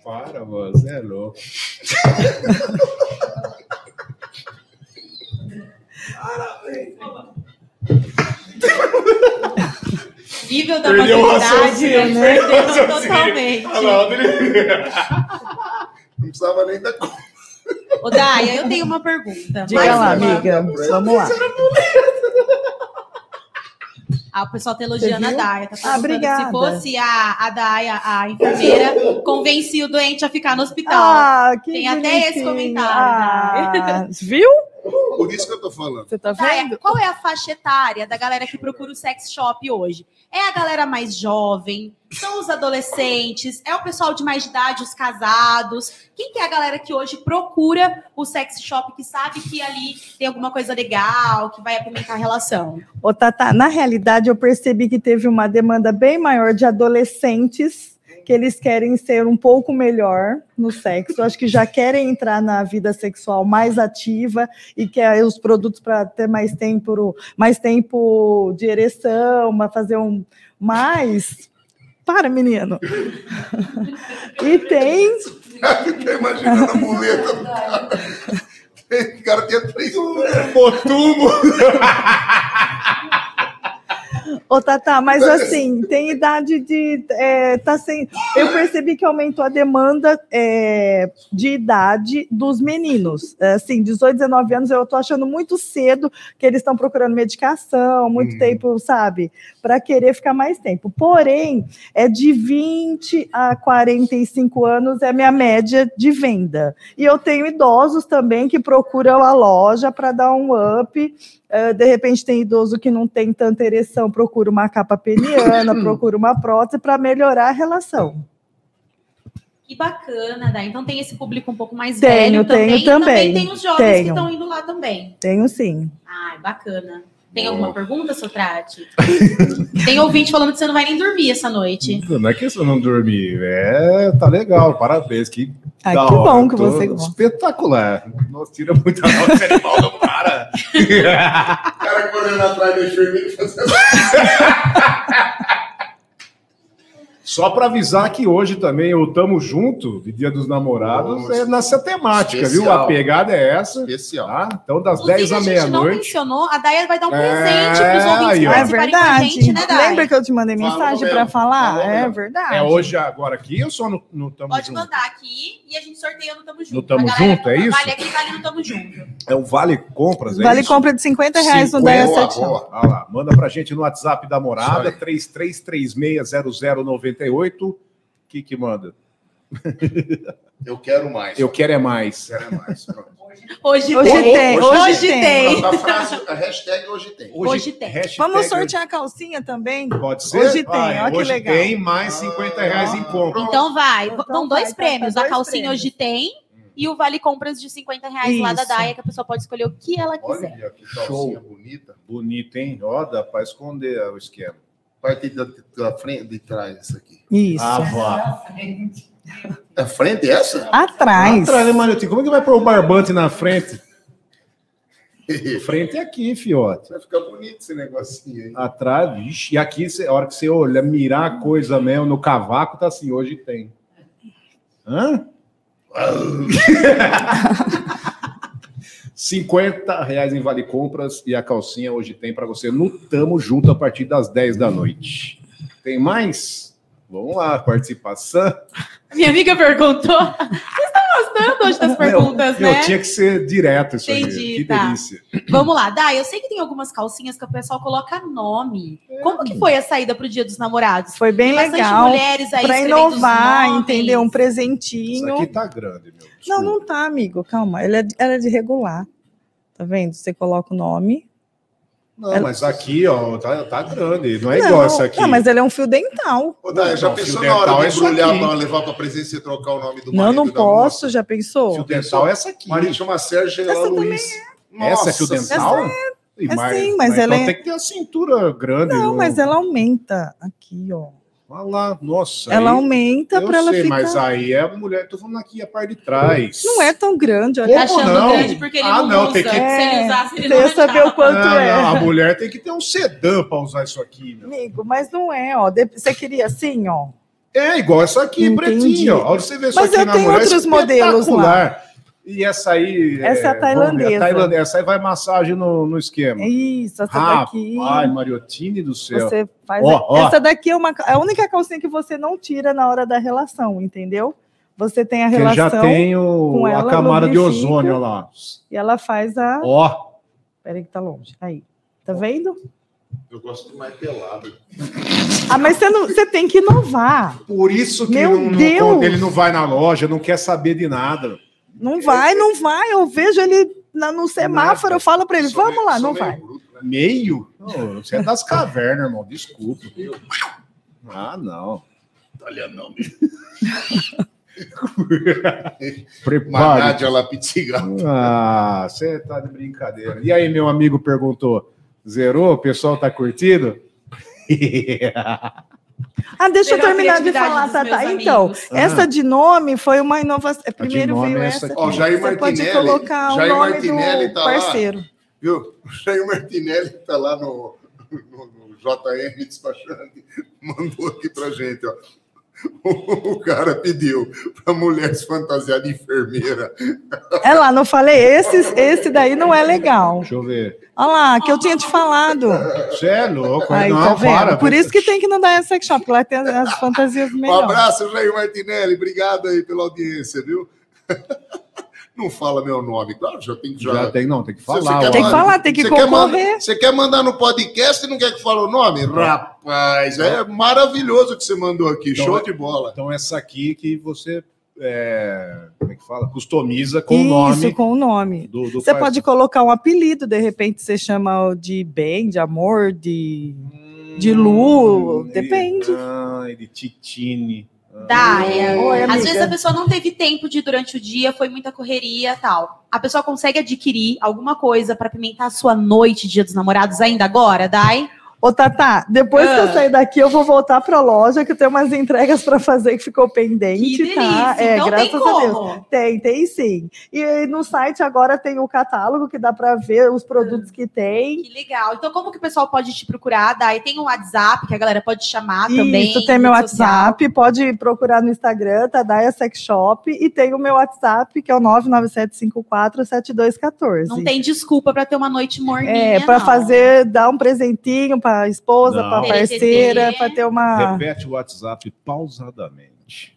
S3: Para, mano, você é louco.
S1: Nível da
S3: Perdeu o
S1: maturidade,
S3: raciocínio,
S1: né?
S3: né?
S1: Perdeu
S3: Raciocínio. Ah,
S1: totalmente.
S3: não, ele-
S2: Não precisava nem da conta.
S1: Ô,
S4: *laughs*
S1: Daia, eu tenho uma pergunta.
S4: Diga
S1: Mais
S4: lá,
S1: é uma.
S4: amiga. Vamos lá.
S1: Ah, o pessoal tá elogiando
S4: Você
S1: a
S4: viu?
S1: Daia. Tá perguntando
S4: Ah, obrigada.
S1: Se fosse a, a Daia,
S4: *laughs*
S1: a enfermeira, convencia o doente a ficar no hospital.
S4: Ah, que
S1: Tem até esse
S4: bonitinho.
S1: comentário,
S4: Ah, viu?
S2: Por isso que eu tô *laughs* falando.
S4: Você tá
S1: Daia,
S4: vendo?
S1: qual é a faixa etária da galera que procura o sex shop hoje? É a galera mais jovem? São os adolescentes? É o pessoal de mais idade, os casados? Quem que é a galera que hoje procura o sex shop, que sabe que ali tem alguma coisa legal, que vai apimentar a relação?
S4: Ô, Tata, na realidade, eu percebi que teve uma demanda bem maior de adolescentes que eles querem ser um pouco melhor no sexo. Acho que já querem entrar na vida sexual mais ativa e quer os produtos para ter mais tempo, mais tempo de ereção, para fazer um mais. Para, menino. *laughs* e tem
S2: tá imaginando a muleta do cara. O cara tinha três pernas.
S3: Botumbo.
S4: Ô, Tatá, mas assim, tem idade de. é, tá sem... Eu percebi que aumentou a demanda é, de idade dos meninos. É, Assim, 18, 19 anos, eu tô achando muito cedo que eles estão procurando medicação, muito
S2: Uhum.
S4: tempo, sabe? Para querer ficar mais tempo. Porém, é de 20 a 45 anos é a minha média de venda. E eu tenho idosos também que procuram a loja para dar um up ah, de repente tem idoso que não tem tanta ereção, procura uma capa peniana, procura uma prótese para melhorar a relação.
S1: Que bacana, Daia. Então tem esse público um pouco mais
S4: Tenho,
S1: velho também.
S4: tenho
S1: e também
S4: também.
S1: tem os jovens que
S4: Tenho.
S1: estão indo lá também.
S4: Tenho sim.
S1: Ai, bacana. Tem alguma pergunta, Sotrate? *laughs* Tem ouvinte falando que você não vai nem dormir essa noite.
S3: Não é questão de não dormir. É, tá legal, parabéns. Que,
S4: Ah,
S3: da
S4: que
S3: hora,
S4: bom que
S3: tô-
S4: você gosta.
S3: Espetacular. Nossa, tira muita nota esse animal do cara.
S2: O cara correndo atrás do enfermeiro fazendo.
S3: Só pra avisar que hoje também o Tamo Junto, de Dia dos Namorados,
S2: Nossa.
S3: é nessa temática, viu?
S2: Especial.
S3: A pegada é essa.
S2: Especial.
S3: Tá? Então, das
S1: Inclusive,
S3: 10
S1: a
S3: à
S1: gente não
S3: meia-noite.
S1: mencionou, a Daia vai dar um
S3: É,
S1: presente pros ouvintes
S3: aí,
S1: que
S3: ó.
S4: É
S1: participarem com a
S4: verdade.
S1: gente, né, Daia?
S4: Lembra que eu te mandei
S2: Falou
S4: mensagem
S2: mesmo,
S4: para falar?
S2: falou
S4: É
S2: mesmo.
S4: verdade.
S3: É hoje, agora aqui ou só no, no Tamo
S1: Pode
S3: Junto?
S1: mandar aqui e a gente sorteia no Tamo Junto.
S3: No Tamo
S1: A galera
S3: Junto, é
S1: que
S3: isso?
S1: Vale aqui, vale tá no Tamo Junto.
S3: É o Vale Compras, é
S4: Vale
S3: isso?
S4: compra de 50 reais no
S3: 50,
S4: Daia
S2: boa,
S4: 7.
S2: boa.
S3: Ah lá, manda pra gente no WhatsApp da morada,
S2: Isso
S3: 33360098. O que que manda?
S2: Eu quero mais.
S3: Eu quero é mais.
S2: quero é mais. Pronto.
S1: Hoje,
S4: Hoje
S1: tem.
S4: tem, hoje,
S1: Hoje tem.
S4: tem.
S2: A frase, a hashtag hoje tem.
S1: Hoje tem.
S3: hashtag
S4: Vamos sortear a calcinha também?
S3: hoje- Pode ser?
S4: Hoje tem,
S3: é,
S4: ó que
S3: hoje
S4: legal.
S3: tem mais 50 reais em compra.
S1: Então vai.
S4: Então
S1: Vão
S4: vai,
S1: dois
S4: tá,
S1: prêmios.
S4: tá,
S1: a
S4: dois
S1: calcinha
S4: prêmios.
S1: hoje tem e o Vale Compras de 50 reais lá da
S4: Isso.
S1: Daia, que a pessoa pode escolher o
S4: é.
S1: que ela quiser.
S2: Olha que calcinha bonita.
S3: Bonito, hein? Ó, dá pra esconder o esquema.
S2: Parte da, da frente de trás, isso aqui.
S4: Isso.
S3: Ah, vá.
S2: É frente essa?
S4: Atrás.
S3: Atrás, né, Marotinho? Como é que vai pôr o barbante na frente? *laughs* Frente é aqui, fiote.
S2: Vai ficar bonito esse negocinho aí.
S3: Atrás, vixe, e aqui, cê- a hora que você olha, mirar a coisa mesmo no cavaco, tá assim, hoje tem. Hã? *laughs* 50 reais em vale compras e a calcinha hoje tem pra você no Tamo Junto a partir das 10 da noite. Tem mais? Vamos lá, participação.
S1: Minha amiga perguntou. *laughs* Vocês estão gostando hoje das perguntas,
S3: Meu,
S1: né?
S3: tinha que ser direto isso aí.
S1: Entendi,
S3: Que
S1: tá.
S3: delícia.
S1: Vamos lá, Dai. Eu sei que tem algumas calcinhas que o pessoal coloca nome. Como
S3: Hum.
S1: que foi a saída pro Dia dos Namorados?
S4: Foi bem
S1: Bastante
S4: legal.
S1: mulheres aí
S4: Pra
S1: escrevendo os
S4: inovar,
S1: nomes.
S4: entendeu? Um
S3: Isso
S4: presentinho.
S3: aqui tá grande, meu.
S4: Não, não tá, amigo. Calma. Ela é, ela é de regular. Tá vendo? Você coloca o nome.
S3: Não, mas aqui, ó, tá, tá grande. Não é
S4: não,
S3: igual essa aqui.
S4: Não, mas ele é um fio dental.
S2: Ô, Dai, já
S3: Não,
S2: pensou
S3: fio
S2: na hora
S3: dental é
S2: de
S3: isso
S2: embrulhar
S3: aqui.
S2: para levar pra presença e trocar o nome do
S4: não,
S2: marido?
S4: não
S2: da
S4: posso.
S2: moça?
S4: Já
S3: Fio
S4: pensou?
S3: dental é essa aqui.
S2: O marido chama Sérgio e ela
S4: Essa também
S2: Luiz.
S3: essa é
S2: Nossa
S3: fio dental?
S2: Senhora.
S3: E
S4: É
S3: mais-
S4: sim, mas ela
S3: então
S4: é-
S3: tem que ter a cintura grande.
S4: Não,
S3: o-
S4: mas é- ela aumenta aqui, ó.
S3: Olha lá, nossa.
S4: ela
S3: aí-
S4: aumenta
S3: eu
S4: pra ela
S3: sei,
S4: ficar.
S3: mas aí é a mulher, tô falando aqui a parte de trás.
S4: Não é tão grande,
S1: Tá
S4: olha.
S3: Como
S1: achando
S3: Um não?
S1: grande né? porque ele
S3: Ah,
S1: não,
S3: não,
S1: usa.
S3: tem que-
S1: Se ele
S4: É,
S1: usasse, ele
S4: Eu
S1: não
S4: ia saber o
S1: achava.
S3: Não,
S4: quanto é.
S3: Ah, não, a mulher tem que ter um sedã pra usar isso aqui, meu.
S4: Amigo, mas não é, ó. De- Você queria assim, ó.
S3: É igual essa aqui,
S4: Entendi.
S3: pretinha, ó. Olha, você vê isso
S4: Mas
S3: aqui
S4: eu
S3: na
S4: tenho
S3: mulher,
S4: outros modelos
S3: é espetacular. E essa aí.
S4: Essa é a
S3: vamos ver,
S4: tailandesa.
S3: tailandesa. Essa aí vai massagem no, no esquema.
S4: É Isso, essa daqui.
S3: Ai, Mariotini do céu.
S4: Você faz.
S3: Ó, ó.
S4: Essa daqui é uma, é a única calcinha que você não tira na hora da relação, entendeu? Você tem a
S3: Que já
S4: relação
S3: tem o,
S4: com
S3: a
S4: ela,
S3: camada de
S4: lubrifica.
S3: ozônio, olha lá.
S4: e ela faz a.
S3: Ó,
S4: Peraí, que tá longe. Aí. Tá vendo?
S2: Eu gosto de mais pelado.
S4: Ah, mas você, não, você tem que inovar.
S3: por isso que
S4: Meu
S3: não- não-
S4: Deus!
S3: ele não vai na loja, não quer saber de nada.
S4: Não vai, não vai. Eu vejo ele na- no semáforo, eu falo pra ele:
S2: Sou
S4: vamos
S2: meio-
S4: lá,
S2: sou
S4: não
S2: meio
S4: vai.
S2: bruto, né?
S3: Meio? Não, você é das cavernas, irmão, desculpa. Ah, não.
S2: Olha não,
S3: Prepare.
S2: Manadia lá, pitiga.
S3: Ah, você tá de brincadeira. E aí, meu amigo perguntou, zerou? O pessoal tá curtindo? *laughs*
S4: Ah, deixa eu
S1: Pela
S4: terminar de
S1: criatividade
S4: falar,
S1: dos
S4: Tata.
S1: meus
S4: Então,
S1: amigos.
S4: essa de nome foi uma inovação. Primeiro
S3: nome
S4: veio
S3: é
S4: essa.
S3: essa
S4: aqui.
S3: aqui.
S2: Ó, Jair
S4: você pode
S2: Martinelli-
S4: colocar o
S2: Jair
S4: nome
S2: Martinelli
S4: do
S2: tá lá.
S4: parceiro.
S2: Viu? O Jair Martinelli que tá lá no, no, no JM despachante, mandou aqui pra gente, ó. O, o cara pediu pra mulher se fantasiar de enfermeira.
S4: É lá, não falei? Esse, esse daí não é legal.
S3: Deixa eu ver.
S4: Olha lá, que eu tinha te falado.
S3: Você é louco.
S4: Aí,
S3: não,
S4: tá vendo?
S3: para.
S4: Por isso que tem que não dar essa sex shop, porque lá tem as fantasias
S2: Um
S4: melhores.
S2: abraço, Jair Martinelli. Obrigado aí pela audiência, viu? *laughs* Não fala meu nome, claro, já tem que já.
S3: Já tem, não, tem que falar.
S2: Você quer
S3: ó.
S4: Tem que falar, tem que
S2: Você quer
S4: concorrer.
S2: mandar- Você quer mandar no podcast e não quer que fale o nome? Rapaz, é maravilhoso o que você mandou aqui.
S3: Então,
S2: Show de bola.
S3: Então, essa aqui que você é, como é que fala? customiza com o
S4: Isso,
S3: nome
S4: com o nome.
S3: do, do
S4: Você
S3: par-
S4: pode colocar um apelido, de repente você chama de bem, de amor, de.
S3: Hum,
S4: de Lu, depende.
S3: Ah, de Titine.
S1: Daia.
S4: Oi, amiga.
S1: é. Às vezes a pessoa não teve tempo de ir durante o dia, foi muita correria tal. A pessoa consegue adquirir alguma coisa pra pimentar a sua noite, dia dos namorados, ainda agora, Dai?
S4: Ô, Tatá, depois que eu
S1: Ah.
S4: sair daqui, eu vou voltar pra loja, que eu tenho umas entregas pra fazer que ficou pendente,
S1: Que delícia!
S4: tá? É,
S1: então
S4: graças
S1: tem
S4: a Deus.
S1: como.
S4: Tem, tem sim. E no site agora tem o catálogo que dá pra ver os
S1: É.
S4: produtos que tem.
S1: Que legal. Então, como que o pessoal pode te procurar, Dai? Tem um WhatsApp que a galera pode te chamar também.
S4: Isso, tem meu
S1: rede social.
S4: WhatsApp, pode procurar no Instagram, Tadaia Sex Shop, e tem o meu WhatsApp, que é o 997547214.
S1: Não tem desculpa pra ter uma noite morninha.
S4: É, pra
S1: não.
S4: fazer, dar um presentinho pra esposa,
S3: Não.
S4: pra parceira, pra ter uma...
S3: Repete o WhatsApp pausadamente.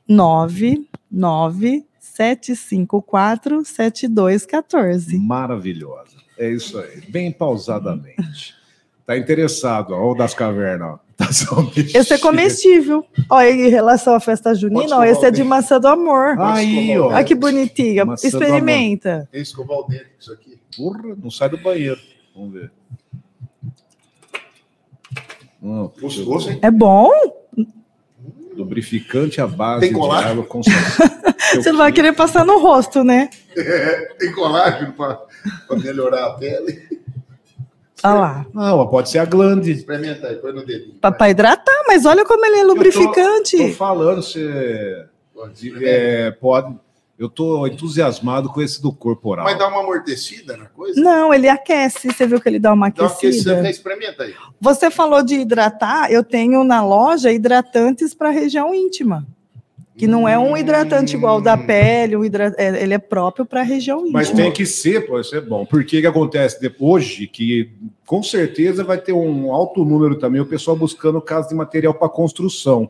S4: 997547214.
S3: Maravilhosa. É isso aí. Bem pausadamente. Tá interessado, ó, o das cavernas, ó. *laughs* Tá só mexendo.
S4: Esse é comestível. Ó, em relação à festa junina, ó,
S2: escovar
S4: esse
S2: o
S4: é de
S2: dente.
S4: maçã do amor.
S3: Aí, ó.
S4: Olha que bonitinho.
S3: Ah, Maçã do amor.
S4: Experimenta.
S2: Tem que escovar o dedo com isso aqui.
S3: Porra, não sai do banheiro. Vamos ver. Hum,
S2: Gostoso, hein?
S4: É bom?
S3: Lubrificante à base
S2: Tem
S3: de
S2: colar?
S3: água concentrada.
S4: *laughs* Você não vai querer passar no rosto, né?
S2: Tem colágeno para melhorar a pele.
S4: Olha lá.
S3: Não, pode ser a glande.
S2: Experimenta aí, põe no dedinho.
S4: Pra, pra hidratar, mas olha como ele é lubrificante.
S3: Tô falando, você é, pode. Eu tô entusiasmado com esse do corporal.
S2: Vai dar uma amortecida na coisa?
S4: Não, ele aquece. Você viu que ele dá uma
S2: Dá uma aquecida, né?
S4: aquecida?
S2: experimenta aí.
S4: Você falou de hidratar. Eu tenho na loja hidratantes para região íntima. Que não é um hidratante igual o da pele, um hidra- é, ele é próprio para região íntima.
S3: Hum. Mas tem que ser, pode ser bom. Porque o que acontece de- hoje, que com certeza vai ter um alto número também, o pessoal buscando caso de material para construção.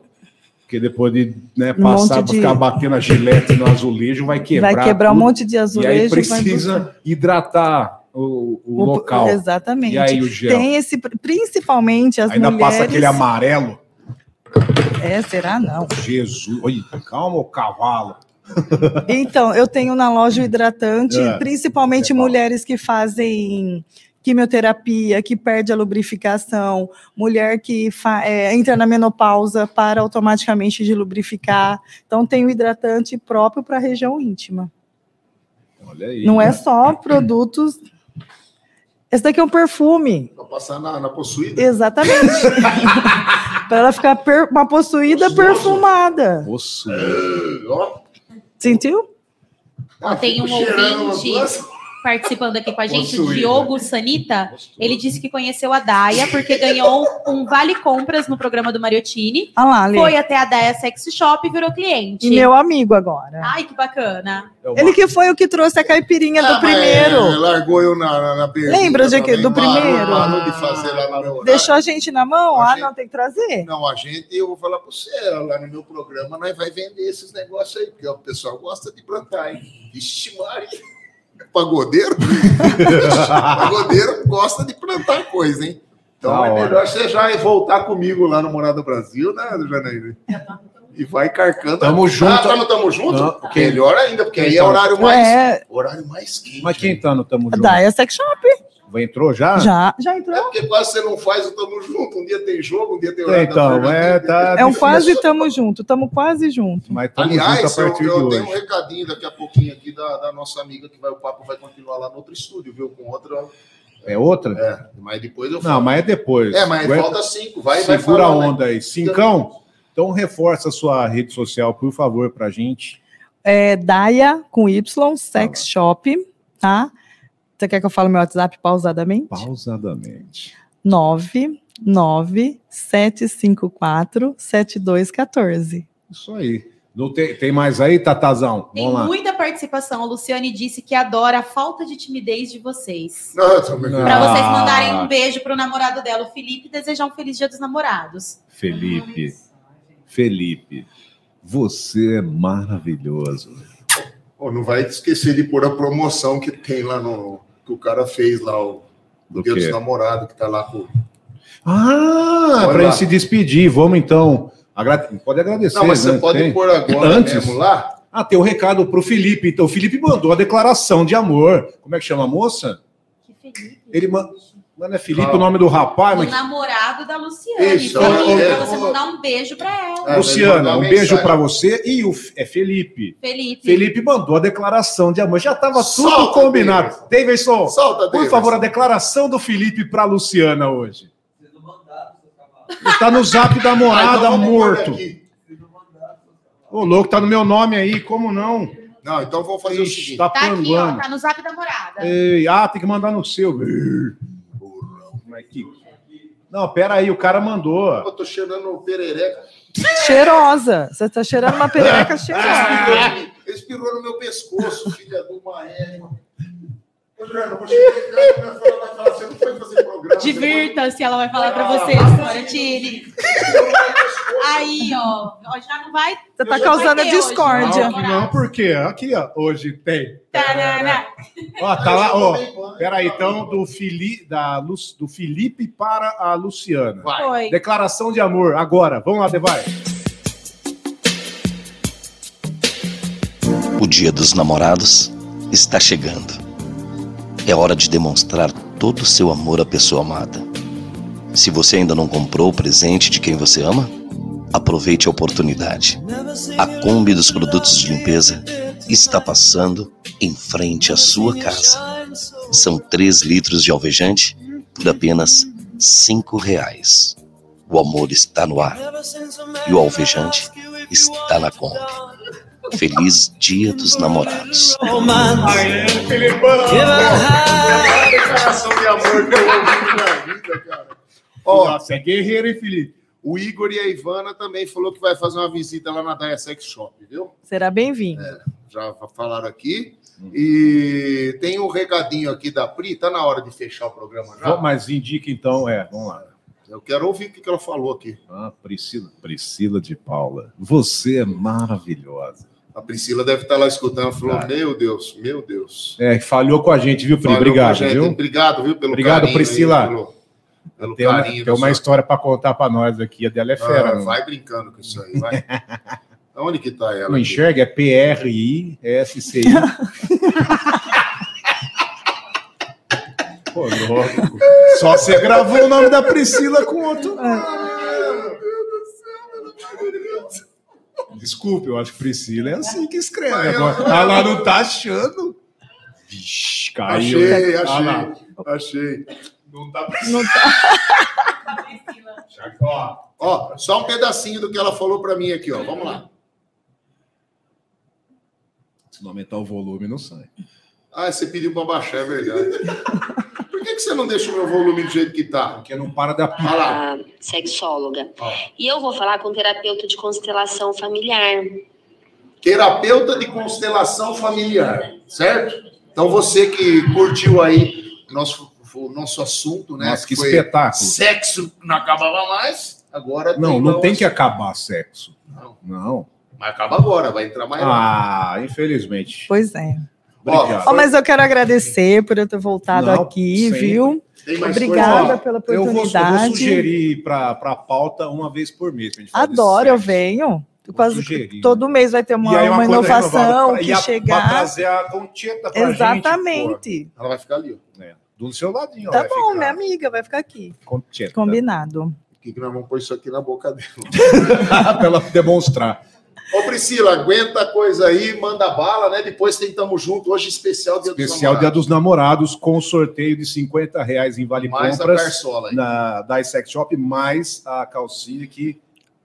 S3: Porque depois de né,
S4: Um
S3: passar,
S4: monte de-
S3: ficar batendo a gilete no azulejo, vai quebrar.
S4: vai quebrar um
S3: tudo.
S4: monte de azulejo.
S3: E aí
S4: vai
S3: precisa hidratar o, o
S4: O-
S3: local.
S4: Exatamente.
S3: E aí o gel.
S4: Tem esse, principalmente as
S3: Ainda
S4: mulheres.
S3: passa aquele amarelo.
S4: É, será não?
S3: Jesus, oi, calma o cavalo.
S4: Então, eu tenho na loja o hidratante,
S3: É.
S4: principalmente
S3: É bom.
S4: mulheres que fazem quimioterapia, que perde a lubrificação, mulher que fa- é, entra na menopausa para automaticamente de lubrificar. Então, tem o hidratante próprio para a região íntima.
S3: Olha aí.
S4: Não é só produtos. Esse daqui é um perfume.
S2: Pra passar na, na possuída.
S4: Exatamente. para ela ficar per- uma possuída
S2: Nossa.
S4: perfumada.
S3: Nossa,
S2: Ó, Ah,
S4: Sentiu?
S1: Ó, tem
S2: fico
S1: um
S2: cheirando
S1: ouvinte.
S2: umas duas- Ah,
S1: Participando aqui com a gente, o
S2: Possuída.
S1: Diogo Sanita. Ele disse que conheceu a Daia porque ganhou um vale compras no programa do Mariottini.
S4: Olha lá, Lê.
S1: Foi até a Daia Sex Shop e virou cliente.
S4: E meu amigo agora.
S1: Ai, que bacana.
S3: é uma-
S4: Ele que foi o que trouxe a caipirinha
S2: Ah,
S4: do
S2: mas é,
S4: primeiro.
S2: largou eu na, na, na pergunta
S4: Lembra de que-
S2: também,
S4: do
S2: parou-
S4: primeiro?
S2: Parou de fazer lá no meu horário.
S4: Deixou a gente na mão?
S2: A
S4: Ah,
S2: gente-
S4: não, tem que trazer.
S2: Não, a gente, eu vou falar para você, lá no meu programa, nós vai vender esses negócios aí, porque o pessoal gosta de plantar, hein? Vixe, Maria. É Pagodeiro? Pagodeiro gosta de plantar coisa, hein? Então
S3: Da
S2: é
S3: hora.
S2: melhor você já ir voltar comigo lá no Morada do Brasil, né, Janeiro? E vai carcando.
S3: Tamo junto.
S2: Ah, tamo, tamo junto?
S3: Não,
S2: Porque é melhor ainda, porque aí é
S3: Então.
S2: horário mais,
S4: É,
S2: horário mais quente.
S3: Mas quem tá no Tamo Junto?
S4: da Sex Shop.
S3: Vai- Entrou já?
S4: Já, já
S2: É
S3: Tá
S4: entrou?
S2: porque quase você não faz o tamo junto. Um dia tem jogo, um dia tem
S3: É,
S2: horário. da
S3: Então,
S2: Fernanda,
S3: é, tá.
S4: É um
S3: difícil,
S4: quase tamo junto, tamo quase junto.
S3: Mas tá tamo
S2: Aliás,
S3: junto a
S2: eu,
S3: partir
S2: eu
S3: de
S2: tenho um
S3: hoje.
S2: recadinho daqui a pouquinho aqui da, da nossa amiga que vai, o papo vai continuar lá no outro estúdio, viu? Com outra.
S3: É outra?
S2: É, mas depois eu
S3: Não,
S2: falo.
S3: mas é depois.
S2: é, mas
S3: Aguenta-
S2: falta cinco, vai, vai
S3: Segura a
S2: falar, né?
S3: onda aí. Cincão, então reforça a sua rede social, por favor, pra gente.
S4: É Daia com Y, Sex Shop, tá? Você quer que eu fale meu WhatsApp pausadamente?
S3: Pausadamente.
S4: 99754-7214.
S3: Isso aí. Não tem, tem mais aí, Tatazão?
S1: Tem
S3: Vamos lá.
S1: muita participação. A Luciane disse que adora a falta de timidez de vocês.
S2: Não, eu tô brincando.
S1: Pra vocês
S3: Ah.
S1: mandarem um beijo pro namorado dela, o Felipe, e desejar um feliz dia dos namorados.
S3: Felipe. Felipe. Você é maravilhoso.
S2: Ô, não vai esquecer de pôr a promoção que tem lá no. que o cara fez lá, o
S3: Do
S2: Dia
S3: quê?
S2: dos Namorados, que tá lá com.
S3: Ah,
S2: Olha
S3: para
S2: lá.
S3: se despedir, vamos então. Agra- Pode agradecer.
S2: Não, mas
S3: né?
S2: você pode
S3: Tem.
S2: pôr agora
S3: Antes?
S2: mesmo lá.
S3: Ah, tem um recado pro Felipe. Então, o Felipe mandou a declaração de amor. Como é que chama a moça?
S1: Que Felipe.
S3: Ele ma- Mano, é Felipe
S2: Ah.
S3: o nome do rapaz,
S1: O
S3: mas
S1: namorado da Luciane.
S2: Isso,
S1: Felipe,
S2: é,
S1: pra você
S2: é.
S1: mandar um beijo pra ela.
S2: É,
S3: Luciana,
S2: mandar
S3: um
S2: mensagem.
S3: beijo pra você e o F- é Felipe.
S1: Felipe.
S3: Felipe mandou a declaração de amor. Já estava tudo
S2: Solta,
S3: combinado. Davidson,
S2: Solta,
S3: por
S2: Davis.
S3: favor, a declaração do Felipe pra Luciana hoje. Tá no zap da
S2: Ah,
S3: morada
S2: então vamos pôr
S3: morto.
S2: aqui.
S3: Ô, louco, tá no meu nome aí, como não?
S2: Não, então vou fazer o
S3: Ixi,
S2: seguinte.
S3: tá
S1: Tá aqui, ó,
S3: panguando.
S1: tá no zap da morada.
S3: Ei, ah, tem que mandar no seu. Ih, Mas é que... Não, pera aí, o cara mandou.
S2: Eu tô cheirando o perereca.
S4: Cheirosa. Você tá cheirando uma
S3: *laughs*
S4: perereca cheirosa.
S2: Ele Respirou no meu pescoço, filha do Maéreo. Ô, Adriano, vou chegar em casa, minha filha vai falar, você não foi fazer programa. você
S1: Divirta-se, ela vai falar pra
S2: Ah,
S1: vocês,
S2: mas-
S1: senhora Tini.
S2: foi- eu não fui pescoço.
S1: Aí, ó, ó, já não vai.
S4: Você tá
S1: já
S4: causando a
S1: vai ter hoje,
S4: discórdia.
S1: né?
S3: Não, não, por quê? Aqui, ó, hoje tem.
S1: Tá, Tarará.
S3: Ó, tá
S2: Eu
S3: lá,
S2: já
S3: ó.
S2: tomei banho.
S3: Peraí, então, do, Fili, da, Lu- do Felipe para a Luciana.
S2: Vai.
S1: Foi.
S3: Declaração de amor, agora. Vamos lá, Devai.
S6: O Dia dos Namorados está chegando. É hora de demonstrar todo o seu amor à pessoa amada. Se você ainda não comprou o presente de quem você ama, aproveite a oportunidade. A Kombi dos produtos de limpeza está passando em frente à sua casa. São 3 litros de alvejante por apenas cinco reais. O amor está no ar e o alvejante está na Kombi. Feliz Dia dos Namorados.
S2: Aê, Felipão! Melhor declaração de amor que eu ouvi na vida, cara. Ó,
S3: Nossa, é guerreiro, hein, Felipe?
S2: o Igor e a Ivana também falou que vai fazer uma visita lá na Daia Sex Shop, viu?
S4: Será bem-vindo.
S3: É.
S2: Já falaram aqui. E tem um recadinho aqui da Pri, tá na hora de fechar o programa já.
S3: Vamos, Mas indica então, é, vamos lá.
S2: Eu quero ouvir o que que ela falou aqui.
S3: Ah, Priscila, Priscila de Paula, você é maravilhosa.
S2: A Priscila deve estar lá escutando, falou:
S3: Vai.
S2: Meu Deus, meu Deus.
S3: É, falhou com a gente, viu, Pri?
S2: Valeu,
S3: Obrigado,
S2: gente.
S3: viu?
S2: Obrigado, viu, pelo
S3: Obrigado,
S2: carinho aí,
S3: Priscila.
S2: pelo, pelo
S3: Tem uma,
S2: carinho.
S3: tem
S2: do
S3: uma
S2: seu-
S3: história para contar para nós aqui, a dela é
S2: Ah,
S3: fera. né?
S2: vai brincando com isso aí,
S3: *laughs*
S2: vai. Onde que tá ela?
S3: Não
S2: aqui?
S3: enxerga? É P-R-I-S-C-I. *laughs* Pô, louco. Só você gravou o nome da Priscila com outro. Desculpe, eu acho que Priscila é assim que escreve.
S2: Mas eu-
S3: Agora, ah, lá não tá achando. Vixe, caiu.
S2: Achei,
S3: Ah
S2: achei,
S3: lá.
S2: achei.
S3: Não tá
S4: Não
S1: Tá
S3: Ó,
S2: Ó, só um pedacinho do que ela falou pra mim aqui, ó. Vamos lá.
S3: se não aumentar o volume, não sai.
S2: Ah, você pediu pra baixar, é
S3: *laughs*
S2: verdade. Por que, que você não deixa o meu volume do jeito que tá?
S3: Porque não para da pica.
S2: Olha lá.
S7: a sexóloga.
S2: Ó.
S7: E eu vou falar com um terapeuta de constelação familiar.
S2: Terapeuta de constelação familiar, certo? Então você que curtiu aí o nosso, o nosso assunto, né?
S3: Nossa, que
S2: Foi
S3: espetáculo.
S2: Sexo não acabava mais, agora
S3: Não, não tem
S2: mais-
S3: que acabar sexo.
S2: Não.
S3: Não.
S2: Mas acaba agora, vai entrar mais. lá.
S3: Ah, infelizmente.
S4: Pois é.
S3: Obrigado.
S4: Ó, mas eu quero agradecer por eu ter voltado
S3: Não,
S4: aqui,
S3: sempre.
S4: viu?
S2: Tem mais
S4: Obrigada
S2: coisa?
S4: pela
S3: eu, vou, eu vou
S4: oportunidade.
S3: sugerir para a pauta uma vez por mês. pra gente falar
S4: Adoro, eu
S3: desse sexo.
S4: venho.
S3: Vou
S4: Quase
S3: sugerir.
S4: todo mês vai ter uma,
S3: E aí é
S4: uma
S3: coisa
S4: inovação
S3: renovada pra-
S4: que
S3: e a- Pra
S4: chegar.
S3: trazer a concheta pra gente,
S4: Exatamente.
S2: Ela vai ficar ali, ó.
S3: pô. É, Do seu ladinho. ó,
S4: tá
S3: vai
S4: bom,
S3: ficar. Tá.
S4: minha amiga, vai ficar aqui.
S3: Concheta.
S4: Combinado.
S2: Que nós vamos pôr isso aqui na boca dela.
S3: *laughs*
S2: *laughs*
S3: pra ela demonstrar.
S2: Ô, Priscila, aguenta a coisa aí, manda bala, né? Depois tem Tamo Junto, hoje especial Dia
S3: Especial
S2: dos
S3: Dia
S2: Namorados.
S3: dos Namorados com sorteio de 50 reais em Vale
S2: Mais a
S3: Compras
S2: Carsola aí.
S3: na, da Sex Shop, mais a calcinha que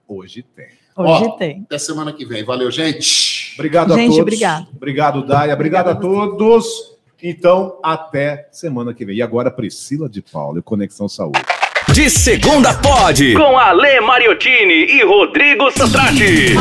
S3: hoje tem.
S4: Hoje
S2: Ó,
S4: tem.
S2: Até semana que vem. Valeu, gente.
S3: Obrigado a
S4: Gente,
S3: todos.
S4: obrigado.
S3: Obrigado, Daia. Obrigado a todos. Então, até semana que vem. E agora, Priscila de Paula, Conexão Saúde.
S8: De segunda pode.
S9: Com Ale Mariottini e Rodrigo Santrati.